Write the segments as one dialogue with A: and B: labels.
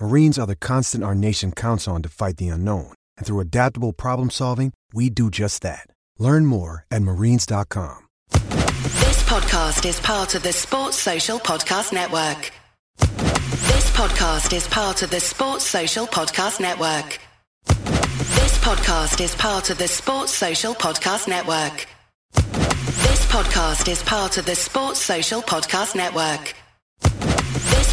A: Marines are the constant our nation counts on to fight the unknown. And through adaptable problem solving, we do just that. Learn more at marines.com.
B: This podcast is part of the Sports Social Podcast Network. This podcast is part of the Sports Social Podcast Network. This podcast is part of the Sports Social Podcast Network. This podcast is part of the Sports Social Podcast Network. This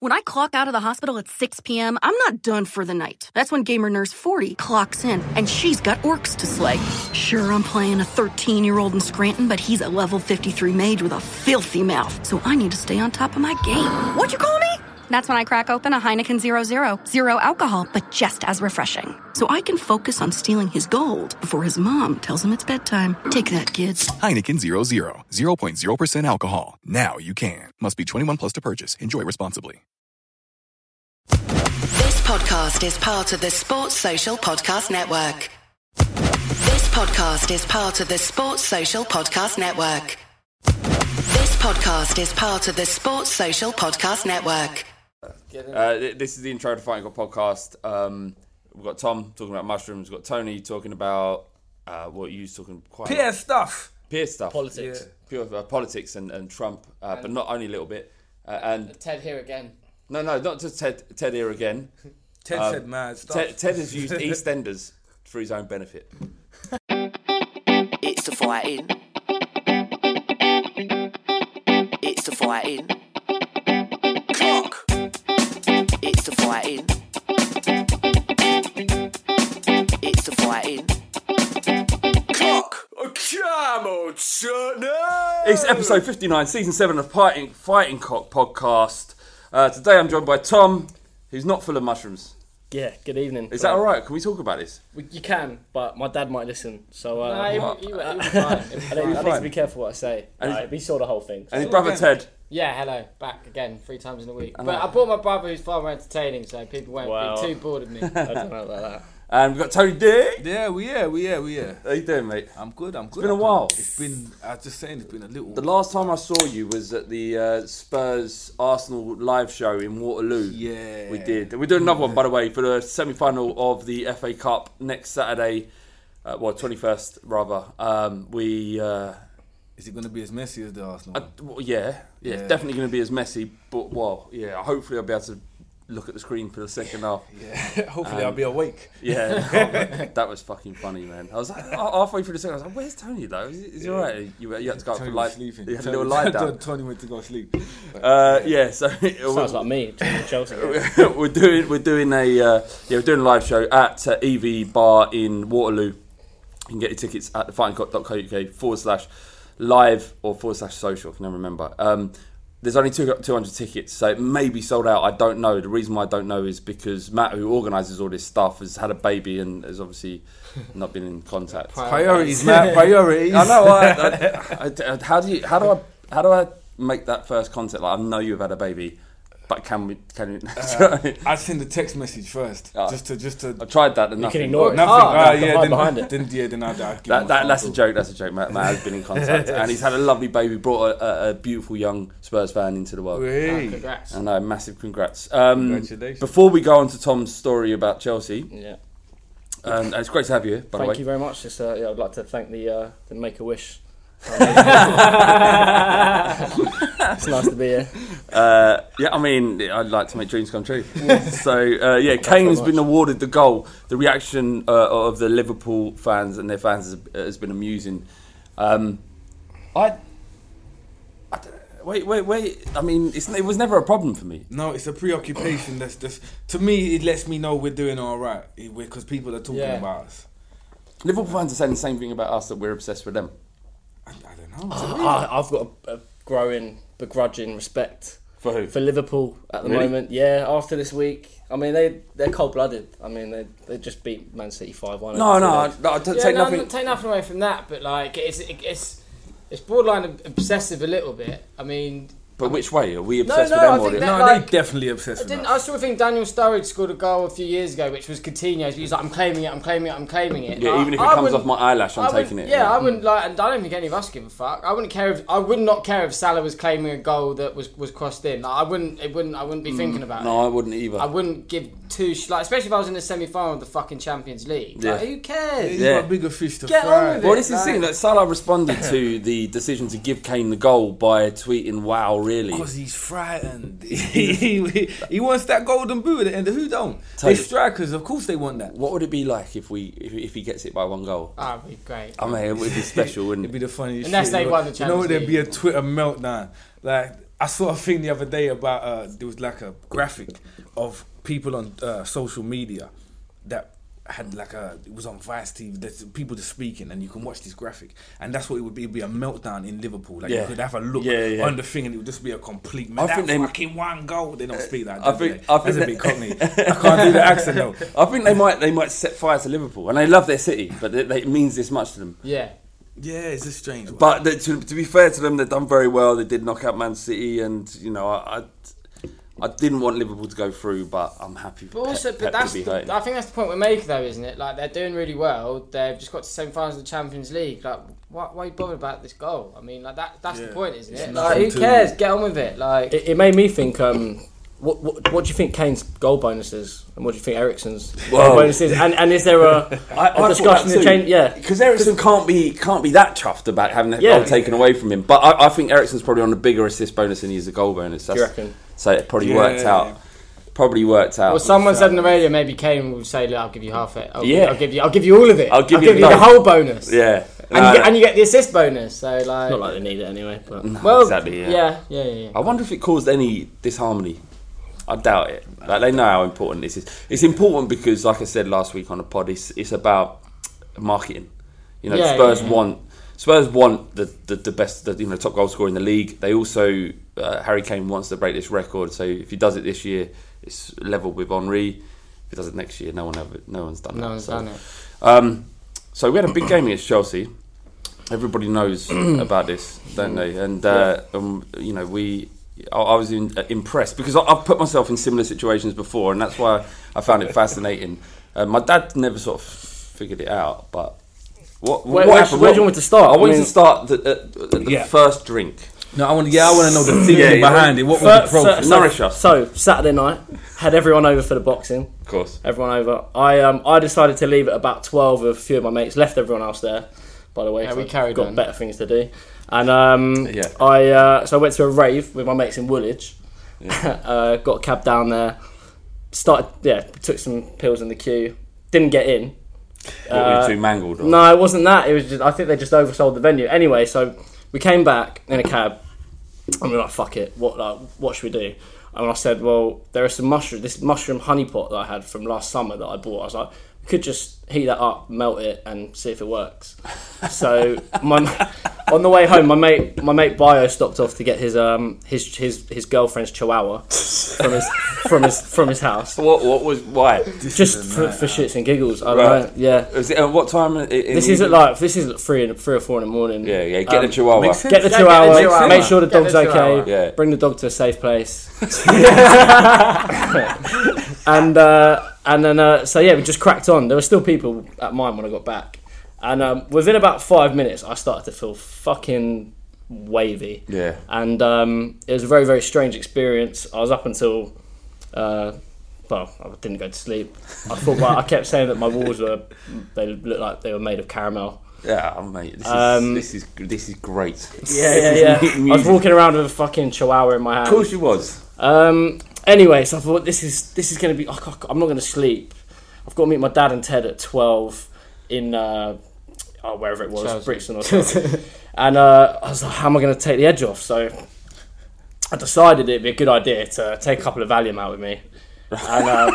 C: When I clock out of the hospital at 6 p.m., I'm not done for the night. That's when gamer nurse 40 clocks in, and she's got orcs to slay. Sure, I'm playing a 13 year old in Scranton, but he's a level 53 mage with a filthy mouth, so I need to stay on top of my game. What you call me? That's when I crack open a Heineken Zero Zero. Zero alcohol, but just as refreshing. So I can focus on stealing his gold before his mom tells him it's bedtime. Take that, kids.
D: Heineken 00, 0.0% alcohol. Now you can. Must be 21 plus to purchase. Enjoy responsibly.
B: This podcast is part of the Sports Social Podcast Network. This podcast is part of the Sports Social Podcast Network. This podcast is part of the Sports Social Podcast Network.
E: Uh, th- this is the intro to Fighting God podcast. Um, we've got Tom talking about mushrooms. We've got Tony talking about uh, what you was talking quite
F: Pierre stuff.
E: Peer stuff,
G: Politics.
E: pure uh, politics, and and Trump, uh, but not only a little bit. Uh, and
G: Ted here again.
E: no, no, not just Ted. Ted here again. Uh,
F: Ted said mad stuff.
E: Ted, Ted has used EastEnders for his own benefit.
H: It's the fighting. It's the fighting. Clock. It's the fighting. It's the fighting. Clock.
F: Come on,
G: Oh.
E: It's episode fifty nine, season seven of Fighting Fighting Cock podcast. Uh, today I'm joined by Tom, who's not full of mushrooms.
G: Yeah, good evening.
E: Is that all right? Can we talk about this?
G: We- You can, but my dad might listen, so uh, I,
E: What?
G: I need I need to be careful what I say.
E: And-
G: Right, we saw the whole thing.
E: And his brother Ted.
I: Yeah, hello, back again, three times in a week.
E: Hello.
I: But I brought my brother, who's far more entertaining, so people won't
E: Wow.
I: be too bored of me. I
E: don't
I: know about that.
E: And we've got Tony D.
F: Yeah, we yeah, we yeah, we yeah.
E: How you doing, mate?
F: I'm good. I'm good.
E: been a
F: I'm good.
E: while.
F: It's been. I was just saying, it's been a little.
E: The last time I saw you was at the uh, Spurs Arsenal live show in Waterloo.
F: Yeah.
E: We did. We're doing another one, by the way, for the semi final of the FA Cup next Saturday, uh, well, 21st, rather. Um, we. Uh,
F: Is it going to be as messy as the Arsenal? one?
E: well, Uh, yeah, yeah, it's
F: Yeah.
E: definitely going to be as messy, but well, yeah, hopefully I'll be able to look at the screen for the second half.
F: Yeah. Hopefully I'll be
E: um,
F: awake.
E: Yeah, oh, man, that was fucking funny, man. I was like, ha- halfway through the second, I was like, "Where's Tony though? Is, is he all right? You, you had to go out for
F: Tony
E: light.
F: was sleeping.
E: You had a
F: Tony-
E: little light down.
F: Tony went to go sleep.
E: Uh, yeah, so sounds
G: like me, Chelsea.
E: we're doing we're doing a uh, yeah we're doing a live show at uh, EV Bar in Waterloo. You can get your tickets at thefightingcock.co.uk forward slash live or forward slash social. I can never remember. Um, there's only two, 200 tickets, so it may be sold out. I don't know. The reason why I don't know is because Matt, who organises all this stuff, has had a baby and has obviously not been in contact.
F: Priorities, Matt, priorities.
E: I know. I, I, I, how do you? How do I? How do I make that first contact? Like, I know you've had a baby, but can we? Can
G: Uh,
E: we?
F: I send a text message first,
E: Ah.
F: just to just to.
E: I tried that. And
G: You can
E: nothing.
G: ignore it. uh,
F: Nothing.
G: Ah,
F: Ah,
G: you have to
F: yeah,
G: hide
F: then,
G: behind it.
F: Then, yeah, then I'd, I'd give him
E: That, that,
F: phone
E: that's a
F: call.
E: joke. That's a joke. Matt, Matt has been in contact, and he's had a lovely baby. Brought a, a, a beautiful young Spurs fan into the world.
G: Ah,
F: Hey.
I: Congrats.
E: I know. Massive congrats. Um,
F: Congratulations.
E: Before we go on to Tom's story about Chelsea,
G: Yeah.
E: um, and it's great to have you. here, By the way,
G: Thank you very much. Just, uh, yeah, I'd like to thank the uh, the Make a Wish. it's nice to be here.
E: Uh, yeah, I mean, I'd like to make dreams come true. so, uh, yeah, Kane has been awarded the goal. The reaction uh, of the Liverpool fans and their fans has, has been amusing. Um, I, I don't- wait, wait, wait. I mean, it's, it was never a problem for me.
F: No, it's a preoccupation. That's just to me. It lets me know we're doing all right because people are talking
I: Yeah.
F: about us.
E: Liverpool fans are saying the same thing about us that we're obsessed with them.
F: I, I don't know.
G: I, Ah, I've got a, a growing, begrudging respect
E: For who?
G: for Liverpool at the
E: Really?
G: moment. Yeah, after this week, I mean they they're cold blooded. I mean they they just beat Man City five one.
E: No, no, I, no, I don't
I: Yeah,
E: take
I: no,
E: nothing.
I: no, take nothing away from that, but like it's it's it's borderline obsessive a little bit. I mean,
E: but which way are we obsessed
I: no,
E: with them?
I: I
E: or
I: think
E: the-
I: that-
F: No,
I: like-
F: they definitely
I: I
F: obsessed with
I: didn't.
F: us.
I: I still think Daniel Sturridge scored a goal a few years ago, which was Coutinho's. He was like, "I'm claiming it, I'm claiming it, I'm claiming it."
E: Yeah,
I: I-
E: even if it
I: I
E: comes
I: wouldn't-
E: off my eyelash, I'm
I: I wouldn't-
E: taking it.
I: Yeah, I wouldn't like, and I don't think any of us give a fuck. I wouldn't care if I would not care if Salah was claiming a goal that was was crossed in. Like, I wouldn't. It wouldn't. I
J: Mm,
I: wouldn't be thinking about
E: No,
I: it.
E: I wouldn't either.
I: I wouldn't give two. Sh- like, especially if I was in the semi final of the fucking Champions League. Like,
E: Yeah.
I: who cares?
F: You've
E: Yeah.
F: got bigger fish to
I: Get on
F: fry.
I: with it.
E: Well, this is
I: like-
E: the thing that Salah responded to the decision to give Kane the goal by tweeting, "Wow, really?"
F: Because he's frightened. he, he, he wants that golden boot at the end. Who don't? They
E: Totally.
F: strikers, of course they want that.
E: What would it be like if we if, if he gets it by one goal?
I: Ah, it'd be great.
E: I mean, it would be special,
F: It'd
E: wouldn't
F: be
E: it?
F: the funniest.
I: Unless
F: shit.
I: they
F: you know,
I: won the
F: You know,
I: Champions
F: there'd be a Twitter meltdown. Like I saw a thing the other day about uh, there was like a graphic of people on uh, social media that had like a it was on Vice TV. There's people just speaking, and you can watch this graphic, and that's what it would be. It'd be a meltdown in Liverpool. Like
E: Yeah.
F: you could have a look
E: Yeah, yeah.
F: on the thing, and it would just be a complete.
E: I
F: Man, that
E: think they-
F: fucking one goal. They don't speak like that.
E: I
F: do
E: think-
F: they?
E: I think
F: that's a
E: that-
F: bit cockney. I can't do the accent though.
E: I think they might they might set fire to Liverpool, and they love their city, but they, they, it means this much to them.
I: Yeah.
F: Yeah, it's a strange one.
E: But the, Uh, to, to be fair to them, they've done very well. They did knock out Man City, and you know, I I, I didn't want Liverpool to go through, but I'm happy.
I: But also,
E: Pep,
I: but
E: Pep
I: that's
E: to be
I: the,
E: hurting.
I: I think that's the point we're making, though, isn't it? Like they're doing really well. They've just got to semi-finals of the Champions League. Like, why, why are you bothered about this goal? I mean, like that—that's the point, isn't it? Like, who
F: nothing to-
I: cares? Get on with it. Like,
G: It, it made me think. Um, what, what, what do you think Kane's goal bonus is, and what do you think Ericsson's
E: Whoa.
G: goal bonus is, and, and is there a,
E: I,
G: a discussion to change? Yeah,
E: because Ericsson can't be can't be that chuffed about having that
G: Yeah.
E: goal taken away from him. But I, I think Ericsson's probably on the bigger assist bonus than he is the goal bonus. That's,
G: you reckon?
E: So it probably
F: Yeah.
E: worked out. Probably worked out.
I: well, someone said on the radio, maybe Kane will say, "Look, I'll give you half it. I'll,
E: Yeah.
I: I'll give you, I'll give you all of it.
E: I'll give you
I: the
E: both."
I: whole bonus.
E: yeah,
I: and,
E: No,
I: you get,
E: no.
I: and you get the assist bonus. So, like,
G: Not like they need it anyway. But
I: well,
E: Exactly, yeah.
I: yeah, yeah, yeah.
E: I wonder if it caused any disharmony. I doubt it. Like they know how important this is. It's important because, like I said last week on the pod, it's, it's about marketing. You know,
I: Yeah,
E: Spurs
I: yeah, yeah.
E: want Spurs want the, the, the best, the, you know, top goal scorer in the league. They also uh, Harry Kane wants to break this record. So if he does it this year, it's level with Henri. If he does it next year, no one ever, no one's done
I: No
E: that.
I: one's
E: so.
I: done it.
E: Um, so we had a big game against Chelsea. Everybody knows about this, don't they? And uh, um, you know, we
F: I I was in, impressed because I, I've put myself in similar situations before, and that's why I found it fascinating. Uh, my dad never sort of figured it out, but what, what
E: Where- where-
F: happened?
E: where
F: What-
E: do you want to start?
F: I
E: I
F: want you
E: mean-
F: to start the, uh, the
E: Yeah.
F: first drink.
K: No, I want. Yeah, I want to know the thinking
F: Yeah, yeah.
K: behind it. What was the process?
E: so-
F: Nourish us.
E: So Saturday night, had everyone over for the boxing. Of
F: course.
E: everyone over. I um I decided to leave at about twelve. With a few of my mates left everyone else there. By the way,
J: Yeah,
E: 'cause
J: we
E: I've
J: carried
E: got
J: on.
E: better things to do. And um,
F: Yeah.
E: I uh, so I went to a rave with my mates in Woolwich. uh, got a cab down there. Started yeah, took some pills in the queue. Didn't get in.
F: What, were
E: uh,
F: you too mangled or-
E: No, it wasn't that. It was just I think they just oversold the venue. Anyway, so we came back in a cab, and we were like, "Fuck it, what like, what should we do?" And I said, "Well, there are some mushroom, this mushroom honey pot that I had from last summer that I bought. I was like, we could just heat that up, melt it, and see if it works." so my on the way home, my mate my mate Bio stopped off to get his um his his his girlfriend's chihuahua from his from his from his house.
F: What, what was why?
E: Just for, for shits and giggles, I don't
F: Right.
E: know. Yeah,
F: Is it, uh, what time? i- in-
E: this isn't like this is at three and three or four in the morning.
F: Yeah, yeah,
G: Um,
F: get the chihuahua. Makes sense.
E: Um, Get the
J: Yeah,
E: chihuahua.
J: get the chihuahua.
E: Make sure the
J: Get the
E: dog's
J: chihuahua.
E: okay.
F: Yeah.
E: Bring the dog to a safe place. and uh, and then uh, so yeah, we just cracked on. There were still people at mine when I got back, and um, within about five minutes, I started to feel fucking wavy.
F: Yeah.
E: And um, it was a very very strange experience. I was up until. Uh, well, I didn't go to sleep. I thought, well, I kept saying that my walls were—they looked like they were made of caramel.
F: Yeah, oh, mate. This is,
E: Um,
F: this is this is great.
E: Yeah,
F: This
E: yeah,
F: is
E: yeah. I was
F: music.
E: walking around with a fucking chihuahua in my hand.
F: Of course, you was.
E: Um. Anyway, so I thought this is this is gonna be. I can't- I'm not gonna sleep. I've got to meet my dad and Ted at twelve in uh, oh, wherever it was,
J: Chelsea.
E: Brixton or something. and uh, I was like, how am I gonna take the edge off? So I decided it'd be a good idea to take a couple of Valium out with me. And um,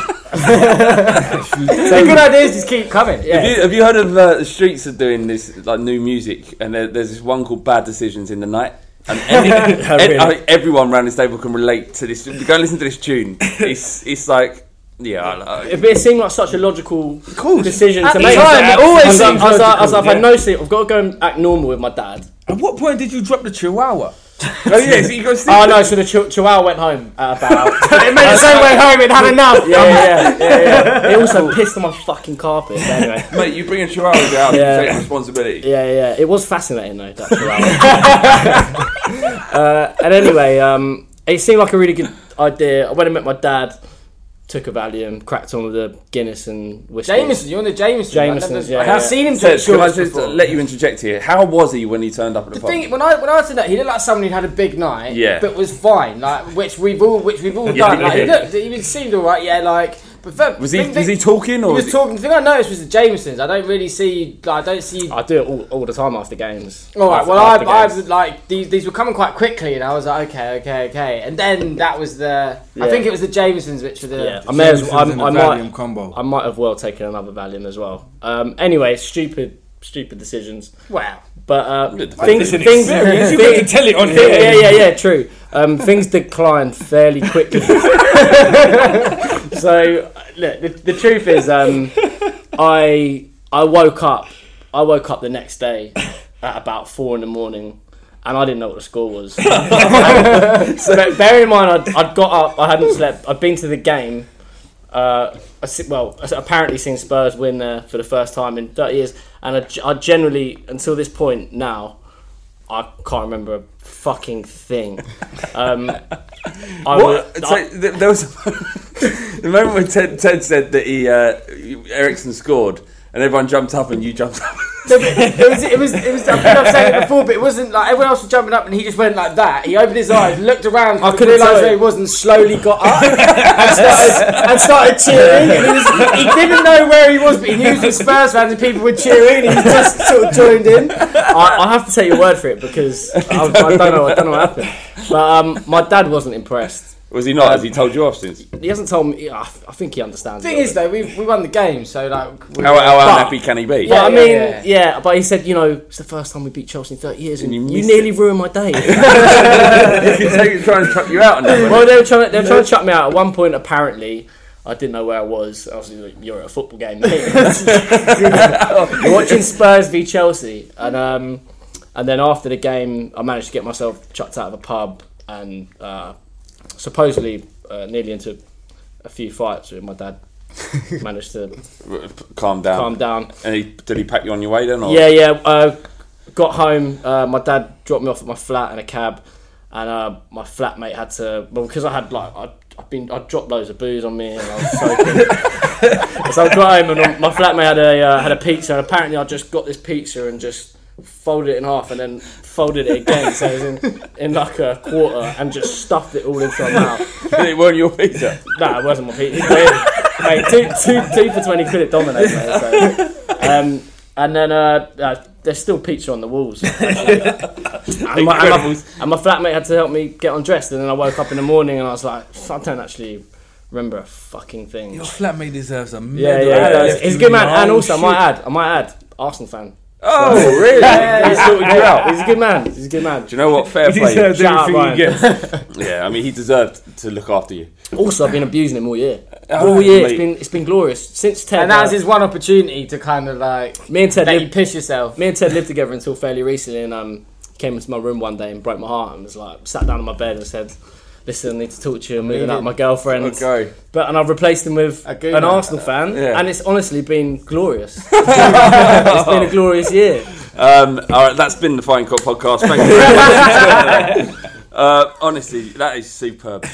J: The good ideas just keep coming.
E: yeah,
F: Have you, have you heard of uh, the streets are doing this like new music? And there, there's this one called Bad Decisions in the Night. And any,
E: really?
F: I think everyone around this table can relate to this. Go and listen to this tune. It's it's like yeah, I, I,
E: It, it seemed like such a logical decision
J: At
E: to
J: the
E: make.
J: time, it always
E: I was like,
J: seems
E: I was like, I
J: logical,
E: was like, I've had no sleep. I've got to go and act normal with my dad.
K: At what point did you drop the chihuahua?
F: oh yeah, so you go see.
E: Oh no! So the ch- chihuahua went home at about.
J: It made its own way home. It had enough.
E: yeah, yeah, yeah, yeah. It also pissed on my fucking carpet. but Anyway.
F: Mate, you bring a chihuahua out.
E: Yeah.
F: You take responsibility.
E: Yeah, yeah. It was fascinating though. That chihuahua. uh, and anyway, um, it seemed like a really good idea. I went and met my dad. Took a Valium, cracked on with a Guinness and whiskey.
J: Jameson, you're on the Jameson.
E: Jameson's,
J: I've never-
E: yeah,
J: I've
E: yeah.
J: seen him
F: So,
J: take
F: can I
J: shots
F: just
J: before.
F: let you interject here? How was he when he turned up at the,
J: The
F: pub?
J: thing when I when I said that he looked like someone who'd had a big night,
F: Yeah.
J: but was fine, like which we've all which we've all
F: Yeah,
J: done. Like, he
F: yeah.
J: looked, he seemed all right, yeah, like. But for,
F: was he
J: the- the-
F: was he talking or
J: He was
F: was
J: talking. The thing I noticed was the Jamesons. I don't really see. Like, I don't see.
E: I do it all, all the time after games.
J: All right.
E: After-
J: Well,
E: after
J: I, I
E: games.
J: was like these. These were coming quite quickly, and I was like, okay, okay, okay. And then that was the. I think it was the Jamesons, which were the.
E: Yeah, I may as well.
K: Jameson's
E: I, I
K: and a
E: might.
K: Valium combo.
E: I might have well taken another Valium as well. Um, anyway, stupid, stupid decisions.
J: Wow.
E: But uh,
K: It's
E: things,
K: an
E: things,
K: experience. You
E: thi-
K: got to tell it on
E: thi-
K: here.
E: Yeah, yeah, yeah. True. Um, things declined fairly quickly. so uh, look, the, the truth is, um, I I woke up. I woke up the next day at about four in the morning. And I didn't know what the score was. so, bear in mind, I'd, I'd got up, I hadn't slept, I'd been to the game, uh, I se- well, I se- apparently seen Spurs win there for the first time in 30 years, and I, g- I generally, until this point now, I can't remember a fucking thing. Um, I
F: What?
E: would-
F: So,
E: I-
F: th- there was the moment when Ted, Ted said that he uh, Ericsson scored, and everyone jumped up, and you jumped up.
J: No, but it was. It was. It was. I think I've said it before, but it wasn't like everyone else was jumping up, and he just went like that. He opened his eyes, looked around,
E: I
J: I
E: couldn't
J: realised
E: tell
J: where he
E: it.
J: was, and slowly got up and started and started cheering. And he, was, he didn't know where he was, but he knew he was a Spurs fans, and people were cheering, and he just sort of joined in.
E: I, I have to take your word for it because I, I don't know. I don't know what happened. But um, my dad wasn't impressed.
F: Was he not? Has
E: Um,
F: he told you off since?
E: He hasn't told me. I, I think he understands.
J: The
E: a
J: thing
E: little
J: is,
E: bit.
J: though, we we won the game, so like. we-
F: How, how
J: But-
F: unhappy can he be?
E: But I
J: yeah,
E: mean,
J: yeah.
E: yeah. But he said, you know, it's the first time we beat Chelsea in 30 years, and,
F: you
E: you,
F: missed
E: nearly ruined my day.
F: He's trying to trap you out on that. wasn't
E: well, they were trying. To, they were trying to shut me out at one point. Apparently, I didn't know where I was. I was like, "You're at a football game, mate." You're watching Spurs v Chelsea, and um, and then after the game, I managed to get myself chucked out of a pub. and uh, supposedly uh, nearly into a few fights with my dad. Managed to
L: Calm down.
E: calm down.
L: And he, did he pack you on your way then? Or?
E: Yeah, yeah. Uh, got home. Uh, my dad dropped me off at my flat in a cab, and uh, my flatmate had to. Well, because I had like I, I've been I dropped loads of booze on me, and I was soaking. so I got home, and my flatmate had a uh, had a pizza, and apparently I just got this pizza and just folded it in half, and then folded it again, so it was in, in like a quarter, and just stuffed it all into my mouth.
L: it weren't your pizza.
E: No, it wasn't my pizza. mate, two, two, two for 20 quid at Domino's, mate. So. Um, and then uh, uh, there's still pizza on the walls. and, my, and, my, and my flatmate had to help me get undressed. And then I woke up in the morning and I was like, I don't actually remember a fucking thing.
F: Your flatmate deserves a medal.
E: yeah, yeah.
F: I
E: yeah.
F: left
E: He's a
F: you
E: good man. And
F: alone.
E: also, I might
F: Shit.
E: add, I might add, Arsenal fan.
L: Oh, really? He sorted you out.
E: He's a good man. He's a good man.
L: Do you know what? Fair
F: He
L: play.
F: deserves
E: Shout out
F: everything he gets.
L: Yeah, I mean, he deserved to look after you.
E: Also, I've been abusing him all year.
L: Oh,
E: all year. It's
L: mate.
E: been, it's been glorious. Since Ted.
I: And that was
E: uh,
I: his one opportunity to kind of like
E: me and Ted
I: let
E: lived-
I: you piss yourself.
E: me and Ted lived together until fairly recently, and um, came into my room one day and broke my heart and was like, sat down on my bed and said, "Listen, I need to talk to you. I'm moving out with my girlfriend."
L: Okay.
E: But and I've replaced him with
I: A gooner.
E: an Arsenal fan,
L: Yeah.
E: and it's honestly been glorious. it's been a glorious year.
L: Um, all right, that's been the Fighting Cock podcast. Thank you. very much. uh, honestly, that is superb.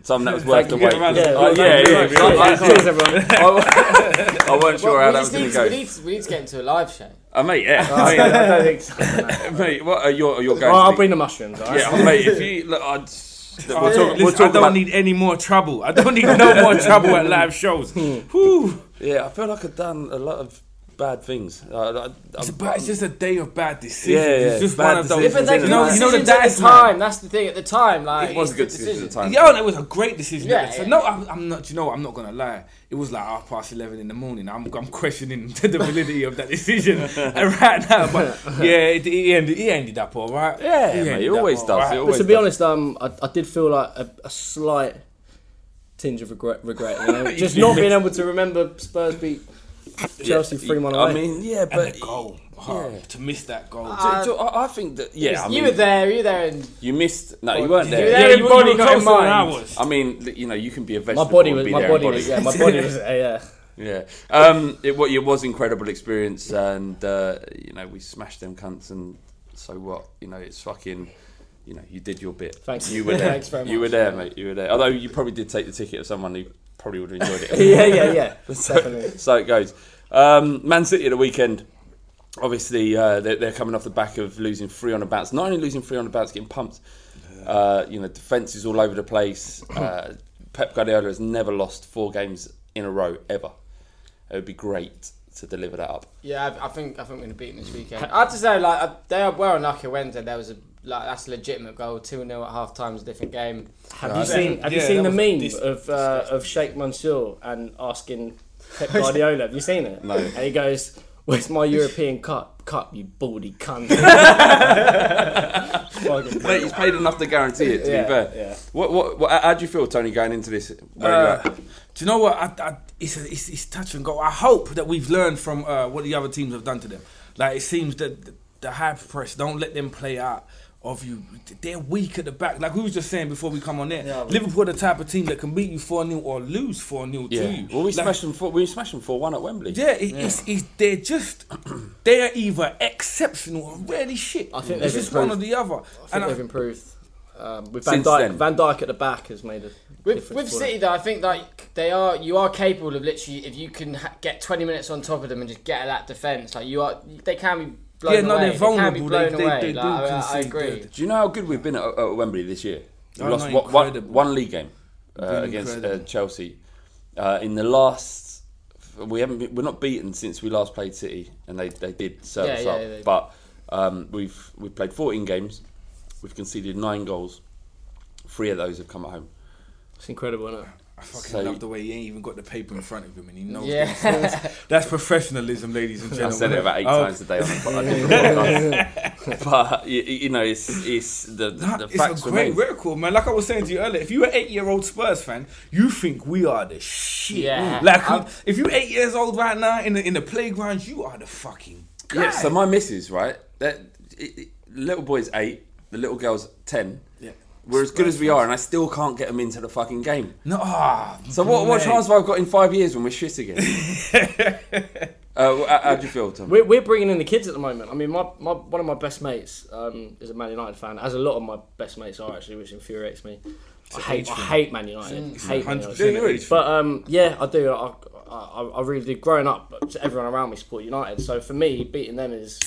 L: Something that was worth the wait.
F: Yeah, man.
E: Yeah,
L: Uh,
E: well
L: yeah,
E: done,
L: yeah,
E: very much.
L: yeah.
E: Cheers, cheers, everyone.
L: I, I weren't sure how that
I: Well, we,
L: was
I: just
L: going
I: need
L: to
I: to, we,
L: go.
I: need to, we need to get into a live show.
L: Oh, mate, yeah. mate,
E: I don't think so.
L: mate, what are your, are your guys?
E: Well, I'll bring the mushrooms. All right?
L: Yeah, mate, if you. Look, I'd, we'll talk,
F: Listen,
L: we'll talk
F: I don't
L: about,
F: need any more trouble. I don't need no more trouble at live shows. Whew.
L: Yeah, I feel like I've done a lot of bad things. I, I, I'm-
F: It's, about, it's just a day of bad decisions.
L: Yeah, yeah,
F: It's just
L: bad
F: one of those.
L: decisions. Yeah, but they're
F: you know,
L: good
F: you know the
I: Decisions at
F: dice
I: the
F: man.
I: time. That's the thing. At the time, like
L: it was a
I: it's
L: good
I: the
L: decision at the time.
F: Yeah, that was a great decision.
I: Yeah,
F: Yeah,
I: yeah.
F: No, I'm, I'm not. You know, I'm not gonna lie. It was like half past eleven in the morning. I'm, I'm questioning the validity of that decision right now. But yeah, it, it, ended, it ended up all right.
L: Yeah, mate,
F: ended
L: it
F: up
L: always
F: all
L: does,
F: right.
L: it
E: But
L: always-
E: to be honest, um, I, I did feel like a, a slight tinge of regret, regret, you know, just not being able to remember Spurs beat Chelsea three one away.
L: I mean, yeah,
F: And
L: but.
F: the goal, Uh, oh, to miss that goal.
L: Do- do- I I think that, yeah, I
I: you
L: mean,
I: were there. You were there. And
L: You missed. No, you weren't
I: you
L: there.
I: were there
F: Yeah,
I: in
F: you-
I: body,
F: you were
I: not in
F: closer than
I: mind.
F: I was.
L: I mean, th- you know, you can be a vegetable.
E: my body was
L: and be
E: my
L: there in
E: body was yeah my body was yeah, yeah.
L: Yeah. Um, it, wa- it was incredible experience, and uh, you know we smashed them cunts, and so what? You know it's fucking. You know you did your bit.
E: Thanks.
L: You were there.
E: Thanks very
L: You were
E: much,
L: there, mate. You were there. Although you probably did take the ticket of someone who probably would have enjoyed it.
E: yeah, yeah, yeah.
L: so,
E: Definitely.
L: so it goes. Um, Man City at the weekend. Obviously, uh, they're, they're coming off the back of losing three on a bounce. Not only losing three on a bounce, getting pumped. Uh, you know, defense is all over the place. Uh, Pep Guardiola has never lost four games in a row ever. It would be great to deliver that up.
I: Yeah, I, I think I think we're gonna beat them this weekend. I have to say, like I, they are well unlucky Wednesday. There was a like that's a legitimate goal. Two 0 at half time is a different game.
E: Have you seen Have you
F: yeah,
E: seen the
F: that was
E: meme
F: dis-
E: of uh, of Sheikh Mansour and asking Pep Guardiola? Have you seen it? No. And he goes, "Where's my European cup? Cup, you baldy cunt." Fucking-
L: Mate, he's paid enough to guarantee it. To
E: Yeah,
L: be fair,
E: yeah.
L: What, what, what, how do you feel, Tony, going into this? Where are you
F: Uh,
L: at?
F: do you know what? I, I, it's, it's, it's touch and go. I hope that we've learned from uh, what the other teams have done to them. Like it seems that the, the high press don't let them play out of you. They're weak at the back. Like we was just saying before we come on there, Liverpool are the type of team that can beat you four 0 or lose four 0 to
L: Yeah.
F: you.
L: Well, we
F: Like,
L: smashed them. Four, we smashed them four-one at Wembley.
F: yeah, it, It's, it's, they're just they are either exceptional or really shit. I
E: think
F: it's
E: they've
F: just one or
E: improved.
F: the other.
E: I
F: And
E: think they've improved. Um, with Van
L: Since
E: Dyke,
L: then.
E: Van Dyke at the back has made a
I: With,
E: difference
I: with
E: for them.
I: City though, I think like they are, you are capable of literally if you can ha- get 20 minutes on top of them and just get at that defense, like you are, they can be blown
F: Yeah, no,
I: away.
F: they're
I: They can be
F: vulnerable. They-
I: blown
F: they-
I: away.
F: they do
I: like, I, I
F: concede
I: agree.
F: good.
L: Do you know how good we've been at, at Wembley this year? We
F: Oh,
L: lost
F: no,
L: one, one,
F: incredible.
L: one league game uh,
F: Been
L: against uh,
F: incredible.
L: Chelsea. Uh, in the last, we haven't been, we're not beaten since we last played City, and they, they did serve
I: Yeah,
L: us
I: yeah,
L: up.
I: they-
L: But
I: uh,
L: um, we've we've played 14 games, we've conceded nine goals, three of those have come at home.
E: It's incredible, isn't it?
F: I fucking
L: So-
F: love the way he ain't even got the paper in front of him and he knows.
I: Yeah.
F: these things. That's professionalism, ladies and
L: I
F: gentlemen.
L: said it about eight
F: Oh,
L: times today on the pod- on the podcast. but you, you know, it's it's the the,
F: nah,
L: the
F: it's
L: facts
F: a great
L: remain.
F: record, man. Like I was saying to you earlier, if you're an eight-year-old Spurs fan, you think we are the shit. Mm.
I: Yeah.
F: Like
I: I'm-
F: if you're eight years old right now in the in the playground, you are the fucking. Guy.
L: Yeah, so my missus, right? That it, it- little boy's eight, the little girl's ten.
F: Yeah.
I: We're as good as we are, and I still can't get them into the fucking game.
F: No, ah,
I: So what, what
F: mate.
I: chance have I got in five years when we're shit again? uh, wh- how, how do you feel, Tom?
E: We're, we're bringing in the kids at the moment. I mean, my, my one of my best mates um, is a Man United fan, as a lot of my best mates are actually, which infuriates me. I hate, I hate Man United.
F: Mm.
E: hate Man
F: 100%
E: United.
F: an age thing.
E: But um, yeah, I do. I, I, I really do. Growing up, everyone around me support United, so for me, beating them is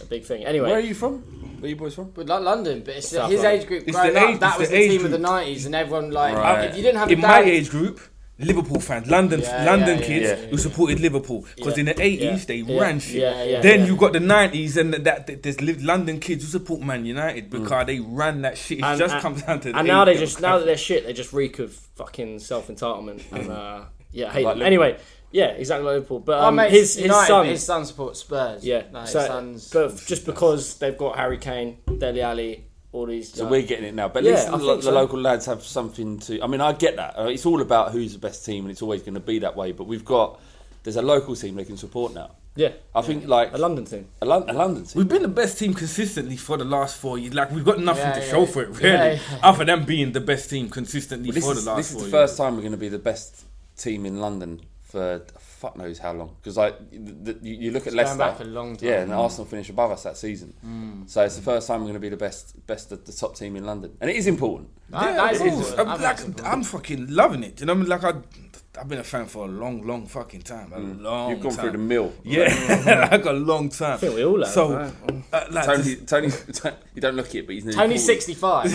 E: a big thing. Anyway,
I: Where are you from? Where are you boys from?
L: But like London, but it's
E: South
L: his
E: London.
L: age group
F: It's
L: growing
F: the
L: up.
F: age-
L: that
F: it's
L: was
F: the
L: the,
F: age
L: team of the
F: group.
L: nineties, and everyone like
I: Right.
L: if you didn't have
F: in
L: a dad,
F: my age group, Liverpool fans, London
L: Yeah,
F: London
L: yeah,
F: kids
L: yeah, yeah.
F: who supported Liverpool because
E: Yeah,
F: in the eighties
E: yeah,
F: they
E: yeah,
F: ran shit.
E: yeah, yeah,
F: then
E: yeah.
F: you got the nineties and that, that there's liv- London kids who support Man United because they ran that shit. It just comes down to the
E: and now
F: age
E: they just now that they're shit, they just reek of fucking self entitlement and uh, yeah, I hate
I: Like
E: them. Anyway, yeah, exactly like Liverpool. But
L: My
E: um,
L: mate's
E: his his
L: United,
E: son,
L: but his son supports Spurs.
E: yeah,
L: no, his
E: so-
L: son's.
E: but just because they've got Harry Kane, Deli Ali, all these.
I: So
E: uh,
I: we're getting it now, but at
E: Yeah,
I: least
E: I
I: the,
E: think
I: the
E: so.
I: local lads have something to. I mean, I get that. Uh, It's all about who's the best team, and it's always going to be that way. But we've got there's a local team they can support now.
E: yeah,
I: I think like
E: a London team.
I: a, Lon- a London team.
F: We've been the best team consistently for the last four years. Like we've got nothing
L: Yeah,
F: to
L: yeah,
F: show for it really,
L: yeah, yeah.
F: other than being the best team consistently
I: Well, this
F: for
I: is,
F: the last
I: this is
F: four
I: the
F: years.
I: first time we're going to be the best team in London for fuck knows how long. Because like the, you, you look at
L: going
I: Leicester,
L: back a long time.
I: yeah, and Arsenal finished above us that season.
F: Mm.
I: So it's the first time we're going to be the best, best, the, the top team in London, and it is important.
L: That-
F: Yeah,
L: that
F: of
L: is
F: course.
L: important.
F: I'm,
L: That's
F: like,
L: important.
F: I'm fucking loving it. You know, what I mean, like I, I've been a fan for a long, long fucking time. A
I: Mm.
F: long.
I: You've gone
F: time.
I: through the mill. Mm.
F: Yeah, like a long time. I
E: think we all have,
F: So,
E: right?
F: uh, like,
I: Tony,
F: just-
I: Tony, Tony, you don't look it, but he's nearly
L: Tony
I: 40.
L: sixty-five.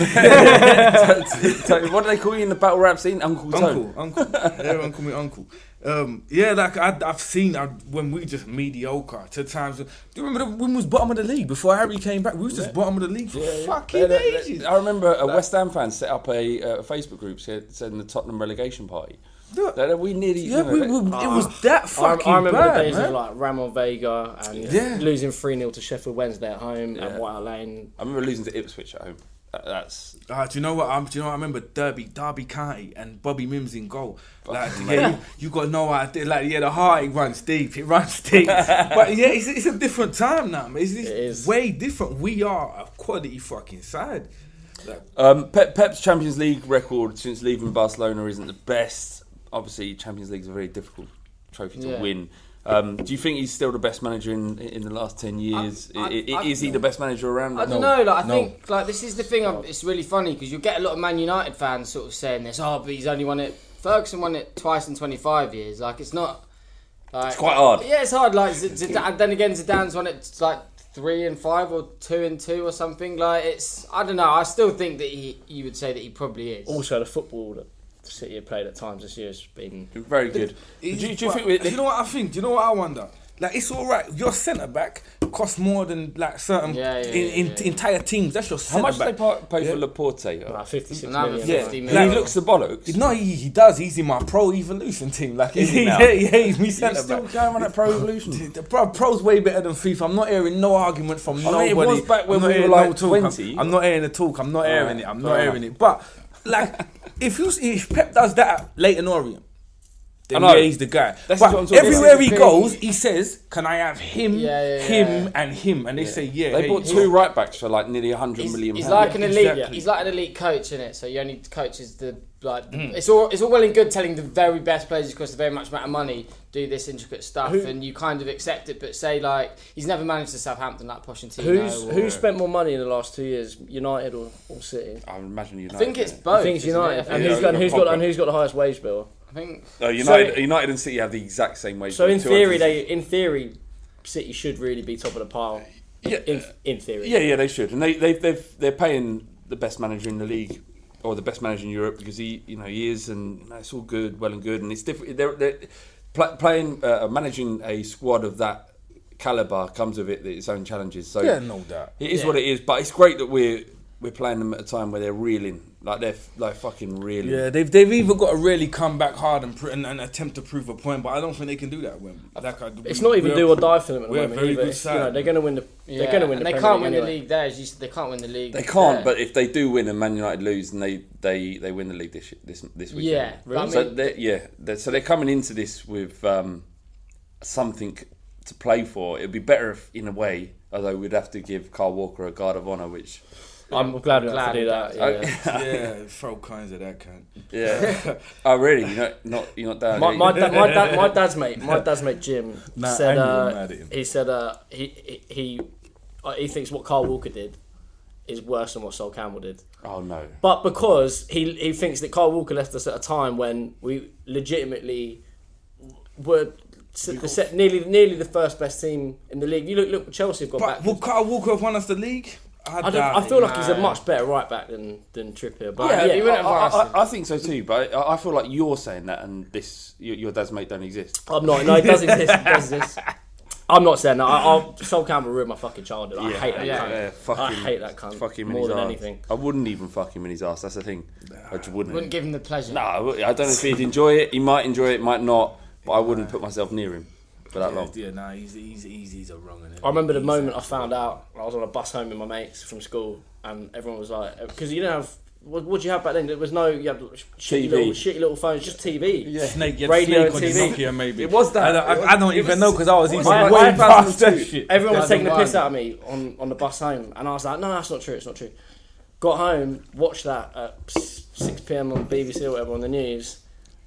I: Tony, what do they call you in the battle rap scene? Uncle Tony.
F: uncle, uncle, everyone call me uncle. Um, yeah, like I, I've seen I, when we just mediocre to times. Do you remember the, when we was bottom of the league before Harry came back? We was just bottom of the league for fucking
I: They- they-
F: ages.
I: I remember a West Ham fan set up a, uh, Facebook group said- saying the Tottenham relegation party.
F: Yeah.
I: They- they- we nearly.
F: yeah,
I: you know,
F: we,
I: they-
F: were it was that
E: I,
F: fucking
E: I remember
F: bad,
E: the days
F: man.
E: of like Ramon Vega and
F: Yeah.
E: losing three 0 to Sheffield Wednesday at home and White Hart Lane.
I: I remember losing to Ipswich at home. That- That's
F: Ah, do you know what? Um, do you know? What I remember Derby, Derby County, and Bobby Mims in goal. Like, yeah, you, you got no idea. Like, yeah, the heartache runs deep. It runs deep. but yeah, it's, it's a different time now. Man. It's, it's
E: is.
F: way different. We are a quality fucking side. Like,
I: um, Pep, Pep's Champions League record since leaving Barcelona isn't the best. Obviously, Champions League is a very difficult trophy to
L: Yeah.
I: win. Um, do you think he's still the best manager in in the last ten years? I,
L: I- I-
I: is he the best manager around?
L: I don't know. Like I think like this is the thing. I'm, it's really funny because you get a lot of Man United fans sort of saying this. Oh, but he's only won it. Ferguson won it twice in 25 years. Like it's not. Like, it's
I: quite hard.
L: Yeah, it's hard. Like Z- Zidane, then again, Zidane's won it like three and five or two and two or something. Like it's. I don't know. I still think that he. You would say that he probably is.
E: Also, the football that City have played at times this year has been.
I: Very good. Do, you- do you think? we-
F: you know what I think? Do you know what I wonder? Like, it's all right. Your centre back costs more than like certain
L: Yeah, yeah, yeah,
F: in, in,
L: yeah, yeah.
F: entire teams. That's your
I: How
F: centre
I: much did
F: back.
I: they pa- pay for Laporte?
E: Like 56
L: Another
E: million.
F: Yeah,
L: 50
F: like,
I: And
L: million.
I: he looks the bollocks.
F: No, he, he does. He's in my pro evolution team. Like,
I: Is he now?
F: yeah, yeah, he's me
I: You're
F: centre
I: still
F: back.
I: going on that Pro Evolution.
F: The Pro, pro's way better than FIFA. I'm not hearing no argument from
I: I mean,
F: nobody.
I: it was back when
F: I'm not
I: we were
F: hearing
I: like
F: talk. I'm-
I: 20.
F: I'm, not hearing the talk. I'm not hearing it. I'm not
I: fair
F: hearing it. But like, if you see, if Pep does that at Leighton Orient, then
I: I know.
F: yeah, he's the guy.
I: That's what I'm
F: but
I: talking about.
F: everywhere
I: This
F: he
L: is the
F: goes,
L: thing.
F: he says, "Can I have him,
L: Yeah, yeah,
F: him,
L: yeah.
F: and him?" And they say, "Yeah."
I: They
F: hey,
I: bought
F: he's
I: two
F: got-
I: right backs for like nearly 100
L: He's,
I: million
L: he's
I: pounds.
L: like an elite.
F: exactly.
L: He's like an elite coach in it. So you only coaches the like.
F: Mm.
L: It's all it's all well and good telling the very best players across the very much amount of money do this intricate stuff, and you kind of accept it. But say like he's never managed to Southampton like Pochettino.
E: Who's
L: or-
E: who spent more money in the last two years, United or, or City?
I: I would imagine United.
L: I think it's
I: yeah.
L: both.
E: I think it's
L: isn't it?
E: United.
L: I
E: And
L: think
E: who's got and who's
L: it's-
E: got and who's got the highest wage bill?
L: I think
I: No, United,
E: So-
I: United and City have the exact same wage.
E: So in
I: bill, 200.
E: theory, they in theory, City should really be top of the pile.
I: Yeah.
E: In, in theory.
I: Yeah, yeah, they should, and they they they've, they're paying the best manager in the league or the best manager in Europe because he you know he is, and you know, it's all good, well and good, and it's different. They're, they're pl- playing uh, managing a squad of that caliber comes with it its own challenges. So
F: Yeah, no doubt.
I: it is what it is. But it's great that we're we're playing them at a time where they're reeling, like they're f- like fucking reeling.
F: Yeah, they've they've either got to really come back hard and, pr- and, and attempt to prove a point, but I don't think they can do that. When like, I,
E: It's not even do or die for them at the
F: we're a
E: moment.
F: very
E: either.
F: good
E: It's, you know,
F: side.
E: they're going to win the. They're
L: yeah,
E: going to win.
L: and
E: the
L: they
E: Premier
L: can't win
E: anyway.
L: the league there. As you said, they can't win the league.
I: They can't,
L: there.
I: but if they do win and Man United lose, and they they, they win the league this this this weekend.
L: Yeah, Really? I
I: so
L: mean-
I: they're, yeah, they're, so they're coming into this with um, something to play for. It'd be better if, in a way, although we'd have to give Carl Walker a guard of honour, which
F: I'm glad we have to
E: Glad
F: do
E: we
F: that.
E: don't.
F: yeah.
I: yeah, throw kinds at that cunt.
L: Yeah. oh, really? You're not, not, you're not down.
F: My,
L: are you?
F: my, da- my, da- my dad's mate, my dad's mate Jim
I: Nah,
F: said
I: angry
F: uh,
I: when mad at him.
F: he said uh, he he he, uh, he thinks what Carl Walker did is worse than what Sol Campbell did.
L: oh, no.
F: But because he he thinks that Carl Walker left us at a time when we legitimately were s- the set, nearly nearly the first best team in the league. You look look Chelsea have got
I: But
F: back.
I: will Carl Walker have won us the league?
F: I, don't,
I: doubt
F: I feel
I: it.
F: like he's a much better right back than than Trippier. But
L: Yeah,
F: yeah,
L: I, I,
E: lasted.
L: I- I think so too, but I, I feel like you're saying that, and this your, your dad's mate don't exist.
F: I'm not. No, it does exist. It does exist. I'm not saying that. I, I'll, Sol Campbell ruined my fucking childhood. I hate that.
L: yeah,
F: cunt.
L: yeah, fuck
F: I
L: him-
F: hate that cunt
L: Fuck him in
F: more
L: his
F: than
L: arse.
F: anything.
L: I wouldn't even fuck him in his ass. That's the thing. I just wouldn't.
E: Wouldn't give him the pleasure.
L: No, I wou- I don't know if he'd enjoy it. He might enjoy it, might not. But I wouldn't put myself near him for that long.
I: Yeah, nah, he's he's he's, he's a wrong.
F: I remember the moment I found out. I was on a bus home with my mates from school, and everyone was like, "Because you don't have what, what do you have back then? There was no you had sh- shitty
L: TV.
F: little shitty little phones, just TV,
I: Snake, yeah,
F: radio,
I: snake
F: and
I: on
F: TV."
I: the Nokia, maybe.
L: It was that.
I: I don't, I, I don't
L: It
I: even
L: was-
I: know because I was
L: what
I: even
L: was
F: it,
I: way
F: like
I: past
F: 2002?
I: that shit.
F: Everyone was taking the piss
E: 2001.
F: out of me on, on the bus home, and I was like, no, that's not true, it's not true. Got home, watched that uh, at 6 pm on BBC or whatever on the news.